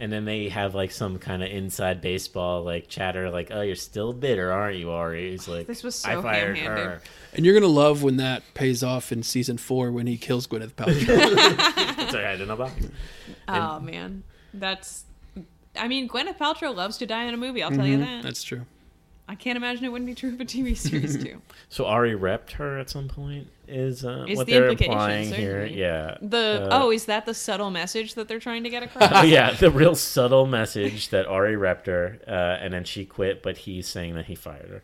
And then they have like some kind of inside baseball like chatter, like, "Oh, you're still bitter, aren't you, Ari?" He's Oh, like, This was so "I fired ham-handed. her." And you're gonna love when that pays off in season four when he kills Gwyneth Paltrow. It's her head in a box. oh man, that's. I mean, Gwyneth Paltrow loves to die in a movie. I'll tell you Mhm, that. That's true. I can't imagine it wouldn't be true of a TV series too. So Ari repped her at some point. Is uh, Is what the they're implication, implying here? certainly. Yeah. The Uh, oh, is that the subtle message that they're trying to get across? oh, yeah, the real subtle message that Ari repped her, uh, and then she quit, but he's saying that he fired her.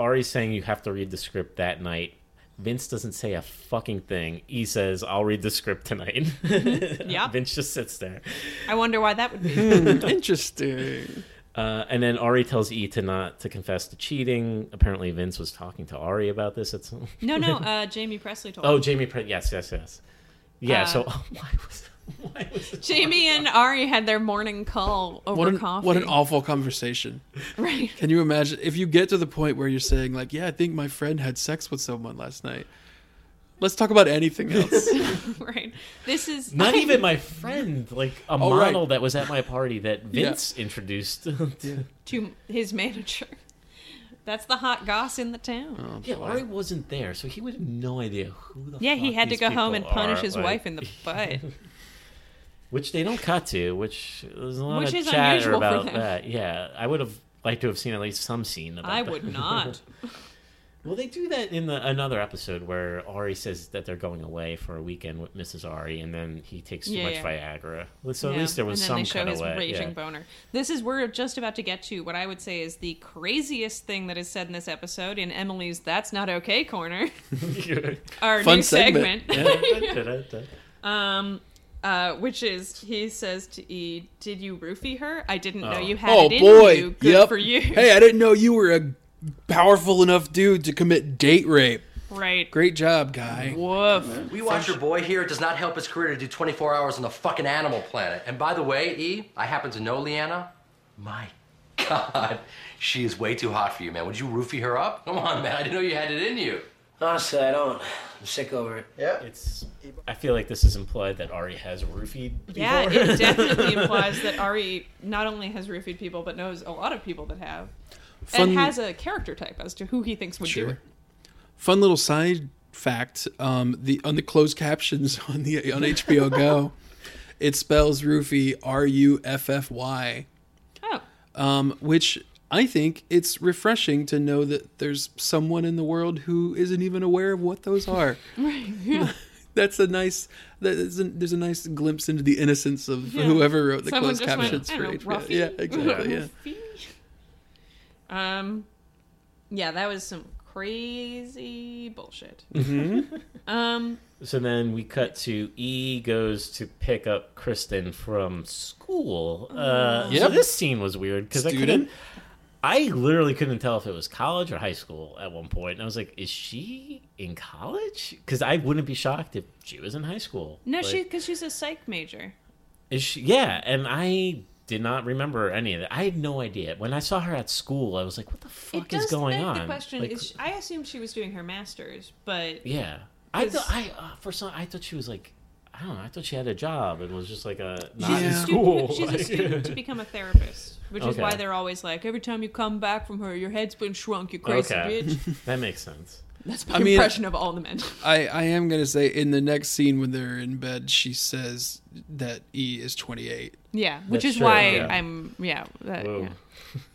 Ari's saying you have to read the script that night. Vince doesn't say a fucking thing. He says, I'll read the script tonight. Yep. Vince just sits there. I wonder why that would be. Interesting. Uh, and then Ari tells E to not to confess to cheating. Apparently, Vince was talking to Ari about this at some. No, no. Uh, Jamie Presley told. Oh, me. Jamie. Pre- yes, yes, yes. Yeah. Uh, so Jamie and Ari had their morning call over what an, coffee. What an awful conversation. Right. Can you imagine if you get to the point where you're saying, like, yeah, I think my friend had sex with someone last night. Let's talk about anything else. right. This is not even my friend, like a Oh, right. model that was at my party that Yeah. Vince introduced. to his manager. That's the hot goss in the town. yeah, Ari wasn't there, so he would have no idea who the. Yeah, he fuck had to these go home people and punish are, his like- wife in the butt. which they don't cut to, which there's a lot Which of is chatter unusual for about them. that. Yeah, I would have liked to have seen at least some scene about I that. would not. well, they do that in the, another episode where Ari says that they're going away for a weekend with Mrs. Ari, and then he takes too Yeah, much yeah. Viagra. Well, So at Yeah, least there was and then some they show kind of his way. raging yeah. boner. This is we're just about to get to what I would say is the craziest thing that is said in this episode in Emily's "That's Not Okay" corner. Our Fun new segment. segment. Yeah. Da-da-da. um, uh, which is he says to E, "Did you roofie her? I didn't know Oh. you had oh it in boy. you. Good yep. for you." Hey, I didn't know you were a powerful enough dude to commit date rape. Right. Great job, guy. Woof. We watch your boy here. It does not help his career to do 24 hours on the fucking animal planet. And by the way, E, I happen to know Leanna. My God, she is way too hot for you, man. Would you roofie her up? Come on, man. I didn't know you had it in you. Honestly, I don't. I'm sick over it. Yeah. It's. I feel like this is implied that Ari has roofied. Yeah, before. it definitely implies that Ari not only has roofied people, but knows a lot of people that have, Fun- and has a character type as to who he thinks would do it. Fun little side fact: um, the on the closed captions on the on HBO Go, it spells roofie R U F F Y. Oh. Um, which I think it's refreshing to know that there's someone in the world who isn't even aware of what those are. Right. Yeah. That's a nice. That is a, there's a nice glimpse into the innocence of Yeah. whoever wrote the Someone closed just went, captions "I for don't know, HBO. Yeah, Ruffy? exactly. Yeah. Um, yeah, that was some crazy bullshit. Mhm. um, So then we cut to E goes to pick up Kristen from school. Uh, So Yep. this scene was weird because I couldn't. Student. I literally couldn't tell if it was college or high school at one point, and I was like, "Is she in college?" Because I wouldn't be shocked if she was in high school. no, Like, she because she's a psych major. Is she? Yeah, and I did not remember any of that. I had no idea when I saw her at school. I was like, "What the fuck is going beg on?" The question Like, is, I assumed she was doing her master's, but yeah, I Is- thought I uh, for some I thought she was like. I don't know. I thought she had a job and was just like a She's not a in student- school. She's Like- a student to become a therapist, which is Okay. why they're always like, every time you come back from her, your head's been shrunk, you crazy Okay. bitch. that makes sense. That's my impression of all the men. I, I am gonna say in the next scene when they're in bed, she says that E is twenty eight. Yeah, which is why I'm, yeah. That, yeah.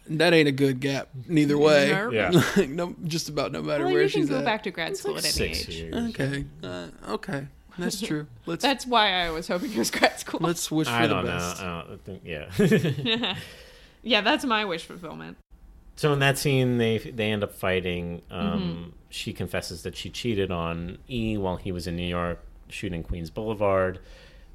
That ain't a good gap, neither way. Nope. Yeah. no, just about no matter Well, where you can she's go at. back to grad school like at any six age. years. Okay. Uh, okay. That's true. Let's- That's why I was hoping it was grad school. Let's wish for I the don't best. know. Uh, I don't think, yeah. yeah, that's my wish fulfillment. So in that scene, they they end up fighting. Mm-hmm. Um, She confesses that she cheated on E while he was in New York shooting Queens Boulevard,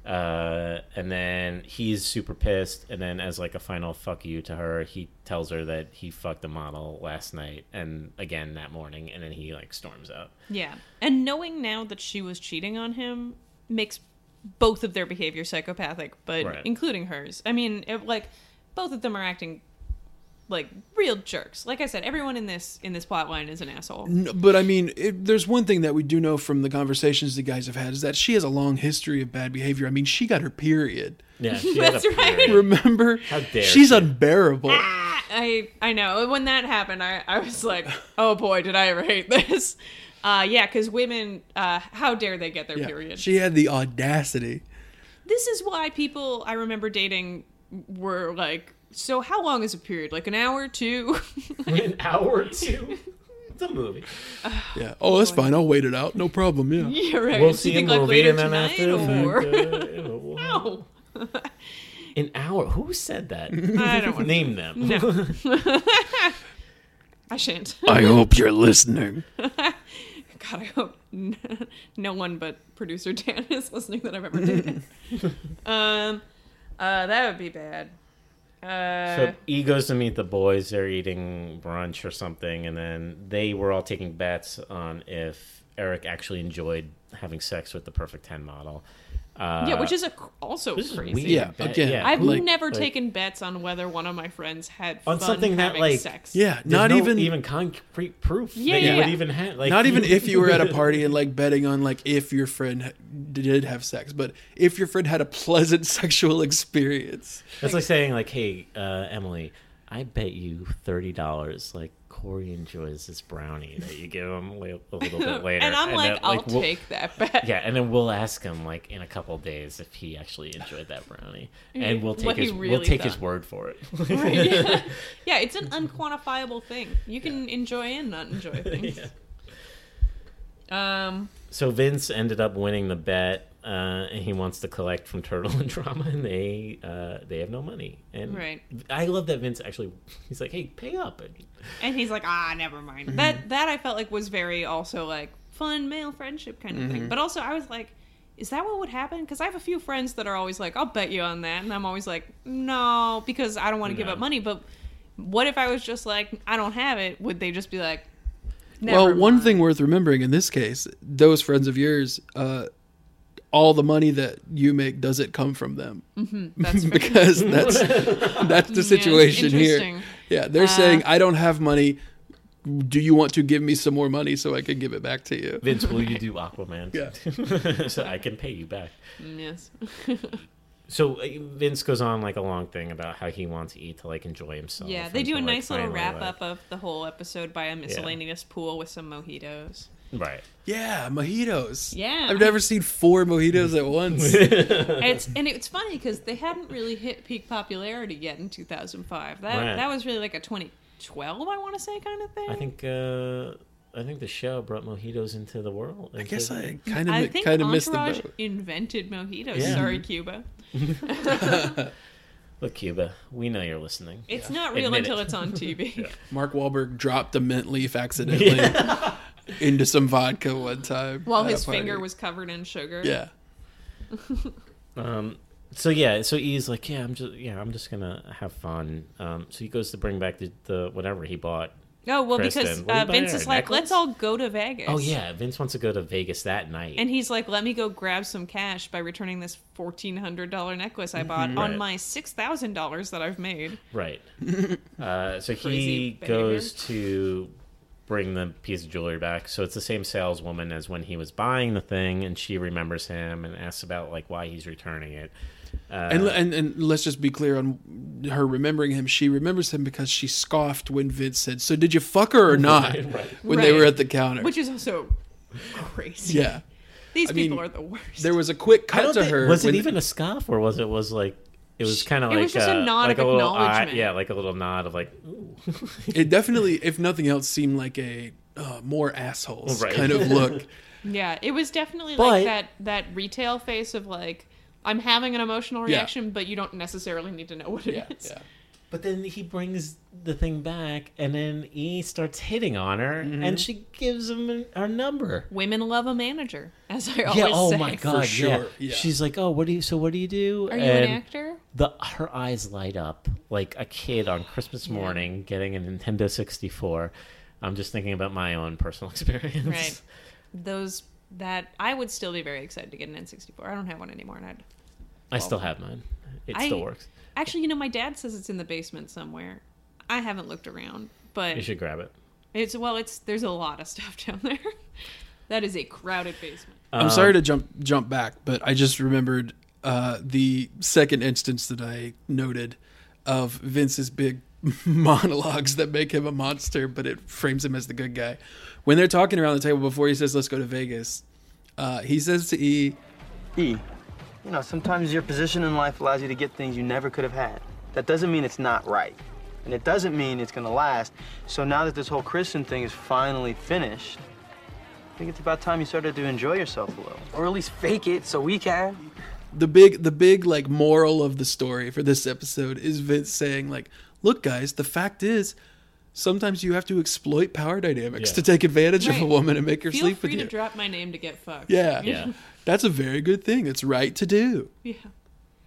uh, and then he's super pissed. And then as like a final fuck you to her, he tells her that he fucked a model last night and again that morning, and then he like storms out. Yeah. And knowing now that she was cheating on him makes both of their behavior psychopathic, but Right. including hers. I mean, it, like both of them are acting like real jerks. Like I said, everyone in this in this plot line is an asshole. No, but I mean, it, there's one thing that we do know from the conversations the guys have had is that she has a long history of bad behavior. I mean, she got her period. Yeah, she had a That's right. period. Remember? How dare She's she. unbearable. Ah, I I know. When that happened, I, I was like, oh boy, did I ever hate this. Uh, yeah, because women, uh, how dare they get their Yeah. period? She had the audacity. this is why people I remember dating were like, so how long is a period? Like an hour, two? an hour or two? It's a movie. Yeah. Oh, that's fine. I'll wait it out. No problem. Yeah. Yeah, right. We'll Do you see think, a like, movie later and then tonight, after the fact, or- uh, yeah, we'll- no. An hour? Who said that? I don't want name them. No. I shan't. I hope you're listening. God, I hope n- no one but producer Dan is listening that I've ever dated. um, uh, that would be bad. Uh, So he goes to meet the boys. They're eating brunch or something, and then they were all taking bets on if Eric actually enjoyed having sex with the Perfect Ten model. Uh, yeah, which is a, cr- also this is crazy. weird. Yeah, Bet- again, yeah, I've who- like- never like, taken bets on whether one of my friends had on fun something that having like sex. Yeah, there's not no even- even concrete proof Yeah, that yeah, you would yeah. even have. Like Not even if you were at a party and like betting on like if your friend ha- did have sex, but if your friend had a pleasant sexual experience. That's like saying like, "Hey, uh, Emily, I bet you thirty dollars like Corey enjoys this brownie that you give him li- a little bit later." And I'm like, that, "I'll we'll- take that bet." Yeah, and then we'll ask him like in a couple of days if he actually enjoyed that brownie, and we'll take Mm-hmm. What he his we'll really take his thought. word for it. Right, yeah. Yeah, it's an unquantifiable thing. You can enjoy and not enjoy things. Um, so Vince ended up winning the bet, uh, and he wants to collect from Turtle and Drama, and they uh, they have no money. And Right. I love that Vince actually he's like, "Hey, pay up." And and he's like, ah, never mind. Mm-hmm. That that I felt like was very also like fun male friendship kind of thing. Mhm. But also, I was like, is that what would happen? Because I have a few friends that are always like, I'll bet you on that, and I'm always like, no, because I don't want to give No. up money. But what if I was just like, I don't have it? Would they just be like, never well, one thing worth remembering in this case, those friends of yours, uh, all the money that you make doesn't come from them. Mhm, that's fair. because that's that's Yeah, the situation interesting. here. Yeah, they're Uh, saying I don't have money. Do you want to give me some more money so I can give it back to you? Vince, will you do Aquaman? Yeah. so I can pay you back. Mm, Yes. So uh, Vince goes on like a long thing about how he wants E to like enjoy himself. yeah, they and do to, a like, nice little finally, wrap like- up of the whole episode by a miscellaneous pool with some mojitos. Right. Yeah, mojitos. Yeah. I've never seen four mojitos at once. and it's and it's funny because they hadn't really hit peak popularity yet in 2005. That Right. that was really like a 2012, I want to say, kind of thing. I think uh I think the show brought mojitos into the world. I guess I I think Entourage invented mojitos. Yeah. Sorry, Cuba. Look, Cuba, we know you're listening. It's not real Admit until it. it's on TV. Mark Wahlberg dropped a mint leaf accidentally into some vodka one time While at a his party. finger was covered in sugar. Yeah. Um, so yeah, so E's like, yeah, I'm just, yeah, I'm just gonna have fun. Um, so he goes to bring back the, the whatever he bought. Oh well, Kristen. What because did uh, he buy Vince her? is like, Necklace? let's all go to Vegas. Oh yeah, Vince wants to go to Vegas that night. And he's like, let me go grab some cash by returning this $1,400 necklace I bought Mhm. on Right. my $6,000 that I've made. Right. uh, so Crazy he behavior. goes to bring the piece of jewelry back. So it's the same saleswoman as when he was buying the thing, and she remembers him and asks about like why he's returning it. Uh, and, le- and and let's just be clear on her remembering him. She remembers him because she scoffed when Vince said, "So did you fuck her or not?" Right, right. When they Right. were at the counter. Which is also crazy. yeah. These I mean, people are the worst. There was a quick I cut don't to think- her. Was it when- even a scoff, or was it was like it was kind of It like was just a uh, nod like of a little eye- acknowledgement. yeah, like a little nod of like ooh. It definitely, if nothing else, seemed like a uh, more assholes Right. kind of look. Yeah, it was definitely But- like that that retail face of like I'm having an emotional Yeah. reaction, but you don't necessarily need to know what it is. Yeah, But then he brings the thing back, and then E starts hitting on her, Mm-hmm. and she gives him an, her number. Women love a manager, as I always yeah. Oh say. my god. yeah. She's like, oh, what do you? So what do you do? Are you an actor? The her eyes light up like a kid on Christmas morning getting a Nintendo sixty four. I'm just thinking about my own personal experience. Right. Those that I would still be very excited to get an N64. I don't have one anymore, and I'd. I still have mine. It I- still works. Actually, you know, my dad says it's in the basement somewhere. I haven't looked around, but You should grab it. it's well, it's there's a lot of stuff down there. that is a crowded basement. I'm sorry to jump jump back, but I just remembered uh, the second instance that I noted of Vince's big monologues that make him a monster, but it frames him as the good guy. When they're talking around the table before he says, "Let's go to Vegas," uh, he says to E, "E, You know, sometimes your position in life allows you to get things you never could have had. That doesn't mean it's not right. And it doesn't mean it's gonna last. So now that this whole Christian thing is finally finished, I think it's about time you started to enjoy yourself a little. Or at least fake it so we can. the big the big like moral of the story for this episode is Vince saying like, "Look, guys, the fact is." Sometimes you have to exploit power dynamics Yeah. to take advantage of a Right. woman and make her Feel sleep free with to you. drop my name to get fucked. Yeah. That's a very good thing. It's right to do. yeah.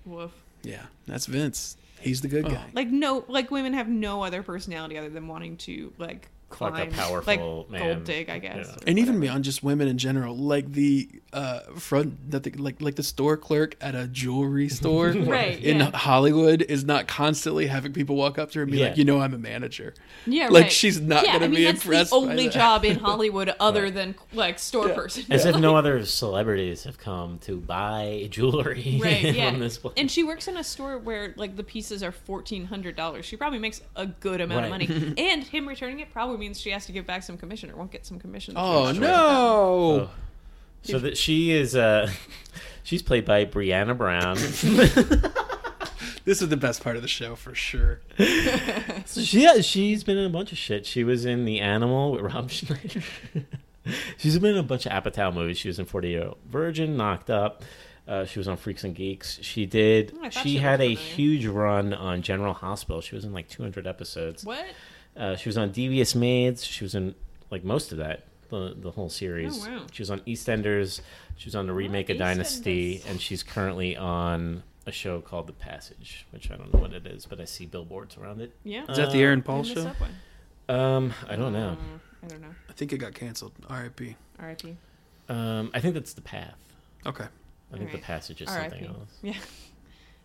Woof. Yeah. That's Vince. He's the good guy. Like no, like women have no other personality other than wanting to like Fuck climb, a like powerful man. gold dig, I guess. And even beyond just women in general, like the uh, front, that the, like like the store clerk at a jewelry store Right, in yeah. Hollywood is not constantly having people walk up to her and be Yeah. like, you know, I'm a manager. Yeah, like right. she's not Yeah, going I to mean, be that's impressed. The by only that. job in Hollywood other than like store person. As if Like- no other celebrities have come to buy jewelry Right, yeah. from this place. And she works in a store where like the pieces are fourteen hundred dollars. She probably makes a good amount Right. of money. and him returning it probably means she has to give back some commission or won't get some commission. that she Oh, was short. no. Oh. So that she is, uh, she's played by Brianna Brown. This is the best part of the show for sure. so she, yeah, she's been in a bunch of shit. She was in The Animal with Rob Schneider. she's been in a bunch of Apatow movies. She was in 40 Year Old Virgin, Knocked Up. Uh, she was on Freaks and Geeks. She did. Oh, I thought she she had a huge run on General Hospital. She was in like 200 episodes. What? Uh, she was on Devious Maids. She was in like most of that, the, the whole series. Oh, wow. She was on EastEnders. She was on the remake of Dynasty, and she's currently on a show called The Passage, which I don't know what it is, but I see billboards around it. Yeah. Is that the Uh, Aaron Paul Um, show? Subway. Um, I don't know. I don't know. I think it got canceled. R.I.P. R.I.P. Um, I think that's The Path. Okay. I think Alright. The Passage is something R.I.P.. else. Yeah.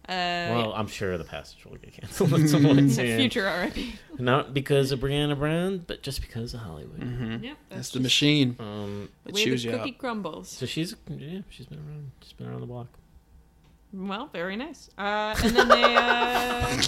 Uh, well, I'm sure The Passage will get canceled at some point. It's a soon. future R.I.P.. Not because of Brianna Brown, but just because of Hollywood. Yep, Mhm. that's That's the machine. Um, It Way the chews you cookie up. crumbles. So she's yeah, she's been around. She's been around the block. Well, very nice. Uh, and then they uh,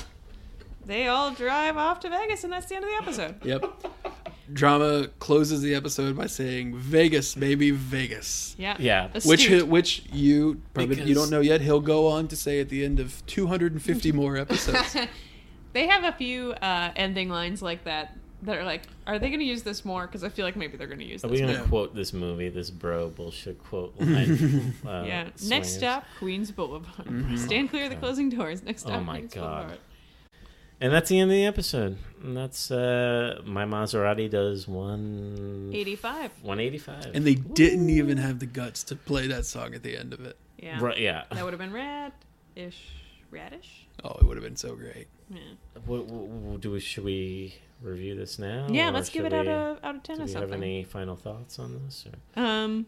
they all drive off to Vegas, and that's the end of the episode. Yep. Drama closes the episode by saying Vegas, baby Vegas. Yeah. Yeah. Which Astute. which you probably you Because- don't know yet. He'll go on to say at the end of 250 more episodes. they have a few uh, ending lines like that that are like, are they going to use this more? Because I feel like maybe they're going to use Are this. we gonna more. quote this movie, this bro bullshit quote line? uh, yeah. Next swingers? stop, Queens Boulevard. Mhm. Stand clear of the closing doors. Next Oh stop, my Queens God. Boulevard. And that's the end of the episode. And that's uh my Maserati does one 85. One eighty five. and they didn't even have the guts to play that song at the end of it. Yeah. Right, yeah. That would have been radish. Radish. Oh, it would have been so great. Yeah. What, what- what- do we should we review this now? Yeah, or let's give should it out we- a- out of 10 Oh, do or we something. Have any final thoughts on this? Or? Um,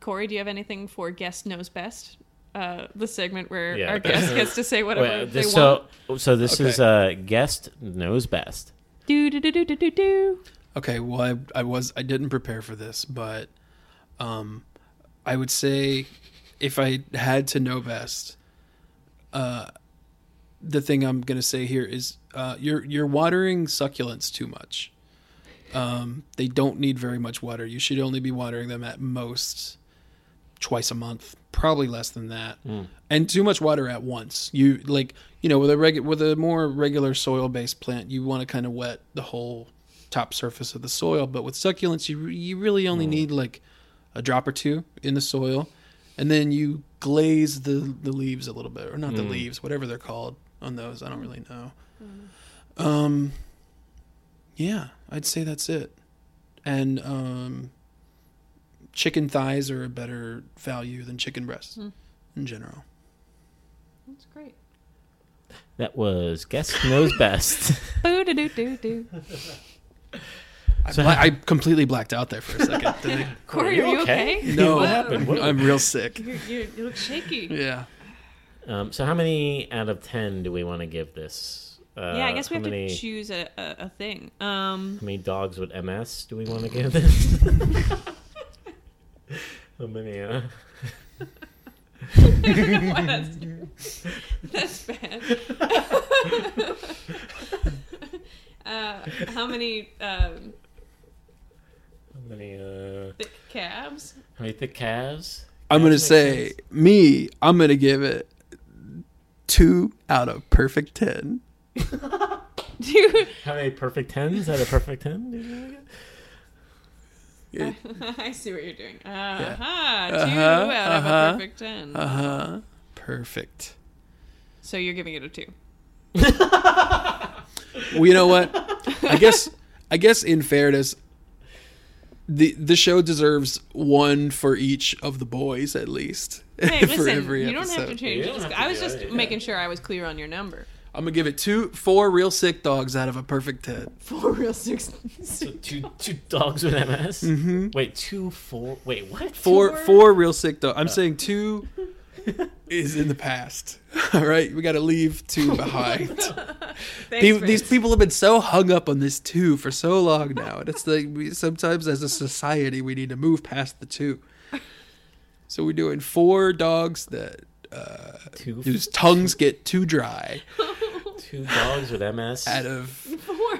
Corey, do you have anything for guest knows best? Uh, the segment where Yeah. our guest gets to say whatever Well, they this- want. So, so this is uh, guest knows best. Do do do do do do do. Okay, well, I, I was I didn't prepare for this, but um, I would say if I had to know best, uh, the thing I'm gonna say here is uh, you're you're watering succulents too much. Um, they don't need very much water. You should only be watering them at most twice a month, probably less than that. Mm. And too much water at once. You like you know with a regu- with a more regular soil based plant, you want to kind of wet the whole top surface of the soil. But with succulents, you re- you really only need like a drop or two in the soil, and then you glaze the the leaves a little bit, or not the Mm. leaves, whatever they're called on those. I don't really know. Um, yeah, I'd say that's it. And um, chicken thighs are a better value than chicken breasts Mm. in general. That's great. That was Guest Knows Best. Boo doo doo doo doo. I, bla- I completely blacked out there for a second. Did I- Corey, are you okay? No, What happened? What- I'm real sick. You, you, you look shaky. Yeah. Um, so how many out of ten do we want to give this? Uh, yeah, I guess we how have many- to choose a, a, a thing. Um, How many dogs with MS do we want to give this? how many? Uh... Why that's, that's bad. uh, how many um, How many? Uh... thick calves? How many thick calves? I'm gonna say me. I'm gonna give it two out of perfect ten. Dude. How many perfect tens out of perfect ten? Yeah. I see what you're doing. Uh-huh. Uh-huh, Two out of uh-huh, a perfect 10 Uh-huh. Perfect. So you're giving it a two. Well, you know what? I guess I guess in fairness, the the show deserves one for each of the boys at least. Hey, listen, you don't have to change it. I was just making sure I was clear on your number. I'm gonna give it two, four real sick dogs out of a perfect ten. Four real six. two, two dogs with MS. Mm-hmm. Wait, two, four. Wait, what? Four, Two were- four real sick dogs. I'm Uh. saying two is in the past. All right, we got to leave two behind. People- these people have been so hung up on this two for so long now, and it's like we, sometimes as a society we need to move past the two. So we're doing four dogs that uh, Two- whose tongues get too dry Two dogs with MS. out of Four.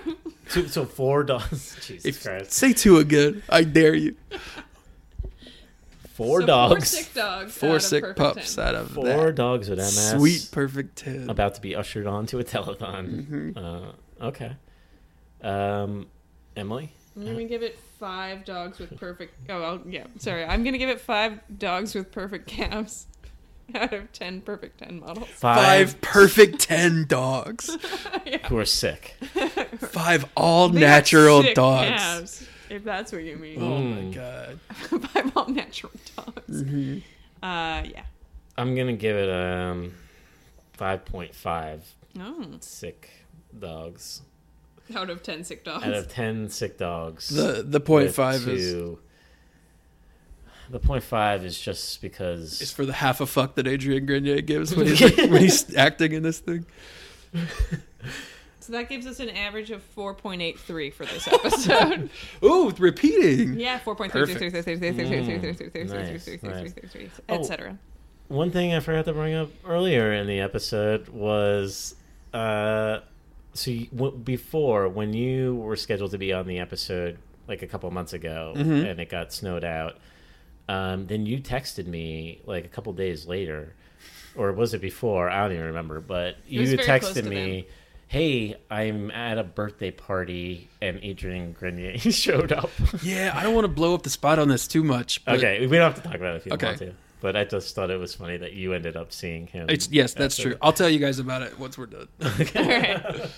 Two, so four dogs. Jesus Christ. say two again. I dare you. Four So four dogs. sick dogs Four out of sick perfect pups 10. out of Four that. dogs with MS. Sweet perfect ten. About to be ushered onto a Mm-hmm. telethon. Uh, okay. Um, Emily. I'm gonna give it five dogs with perfect. Oh, well, yeah. Sorry, I'm gonna give it five dogs with perfect calves out of ten perfect ten models. Five perfect ten dogs. Who are sick. Five all They got natural sick dogs. calves, if that's what you mean. Oh my god. five all natural dogs. Mhm. Uh, yeah. I'm gonna give it um, five point five Oh. sick dogs Out of ten sick dogs. out of ten sick dogs. The- the point with five is- the point five is just because It's for the half a fuck that Adrian Grenier gives when he's, like, when he's acting in this thing. So that gives us an average of four point eight three for this episode. Ooh, repeating. yeah, four point three three three three three three three three three three three three three three three three, etc. One thing I forgot to bring up earlier in the episode was, uh, so you, w- before when you were scheduled to be on the episode like a couple months ago, Mm-hmm. Mhm. and it got snowed out, um, then you texted me like a couple days later, or was it before? I don't even remember, but you was had very close texted to me. Hey, I'm at a birthday party and Adrian Grenier showed up. Yeah, I don't want to blow up the spot on this too much. but- Okay, we don't have to talk about it if you Okay. don't want to. But I just thought it was funny that you ended up seeing him. It's, yes, that's after true. I'll tell you guys about it once we're done. that.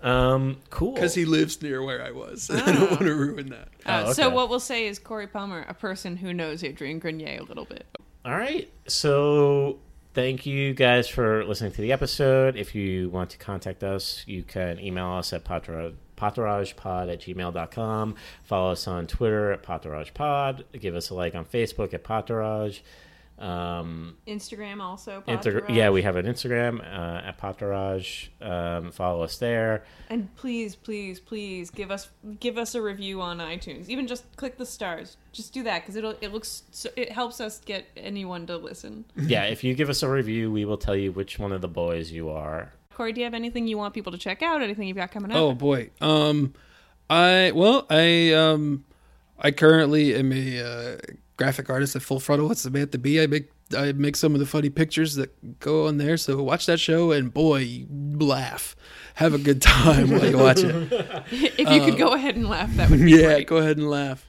Um, cool. Because he lives near where I was. I Ah. don't want to ruin that. Uh, So what we'll say is Corey Palmer, a person who knows Adrian Grenier a little bit. All right. So thank you guys for listening to the episode. If you want to contact us, you can email us at potra- potarajpod at gmail.com. Follow us on Twitter at potarajpod. Give us a like on Facebook at potaraj. Um, Instagram also. Inter- Podtourage. yeah, we have an Instagram uh, at Pataraj. Um, follow us there. And please, please, please give us give us a review on iTunes. Even just click the stars. Just do that because it'll it looks so, it helps us get anyone to listen. yeah, if you give us a review, we will tell you which one of the boys you are. Corey, do you have anything you want people to check out? Anything you've got coming up? Oh boy. Um, I well, I um, I currently am a uh, graphic artist at Full Frontal with Samantha B. I make I make some of the funny pictures that go on there. So watch that show and boy, you laugh, have a good time while you watch it. if you Uh, could go ahead and laugh, that would be yeah. great. Go ahead and laugh.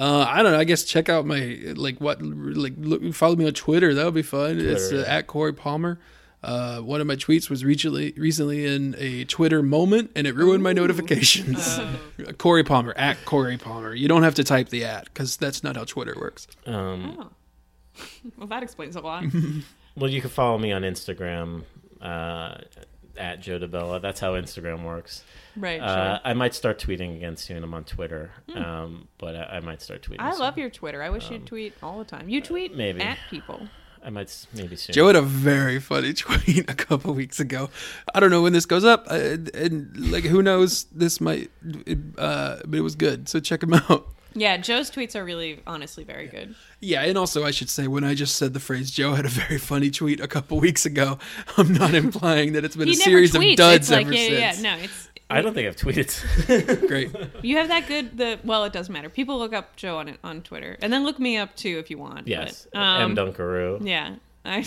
Uh, I don't know. I guess check out my like what like look, follow me on Twitter. That would be fun. it's Twitter, uh, yeah. at Corey Palmer. Uh, one of my tweets was recently recently in a Twitter moment, and it ruined my notifications. Corey Palmer at Corey Palmer. You don't have to type the at because that's not how Twitter works. Um, Well, that explains a lot. Well, you can follow me on Instagram uh, at Joe DeBella. That's how Instagram works. Right, Uh, sure. I might start tweeting again soon. I'm on Twitter, Hmm. um, but I, I might start tweeting. I soon. love your Twitter. I wish Um, you'd tweet all the time. uh, You tweet maybe. at people. I might s- maybe soon. Joe had a very funny tweet a couple weeks ago. I don't know when this goes up, uh, and, and like who knows, this might. Uh, but it was good, so check him out. Yeah, Joe's tweets are really, honestly, very good. Yeah, and also I should say when I just said the phrase Joe had a very funny tweet a couple weeks ago, I'm not implying that it's been He a never series tweets. of duds It's like, ever yeah, yeah, since. yeah. No, it's- I don't think I've tweeted. Great. You have that good. The well, it doesn't matter. People look up Joe on on Twitter, and then look me up too if you want. Yes, but, um, M. uh, Dunkaroo. Yeah, I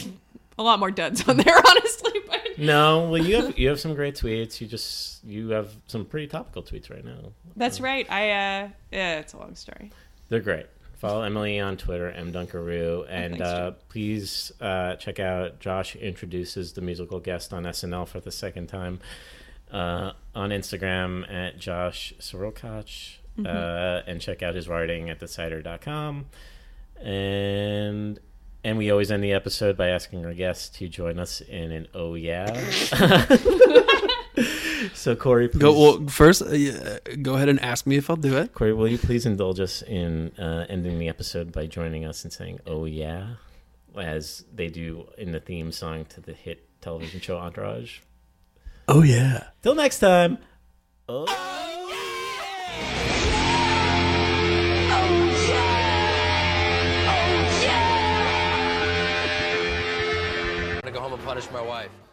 a lot more duds on there, honestly. But Mm. No, well, you have you have some great tweets. You just you have some pretty topical tweets right now. that's right. I uh, yeah, it's a long story. They're great. Follow Emily on Twitter, M Dunkaroo, and thanks, uh, please uh, check out Josh introduces the musical guest on SNL for the second time uh, on Instagram at Josh Sorokach, uh, Mhm. and check out his writing at thesider.com. And and we always end the episode by asking our guests to join us in an oh yeah. so Corey, please, Go well first. Uh, yeah, go ahead and ask me if I'll do it. Corey, will you please indulge us in uh, ending the episode by joining us and saying, oh, yeah, as they do in the theme song to the hit television show Entourage? Oh yeah. Till next time. I'm gonna go home and punish my wife.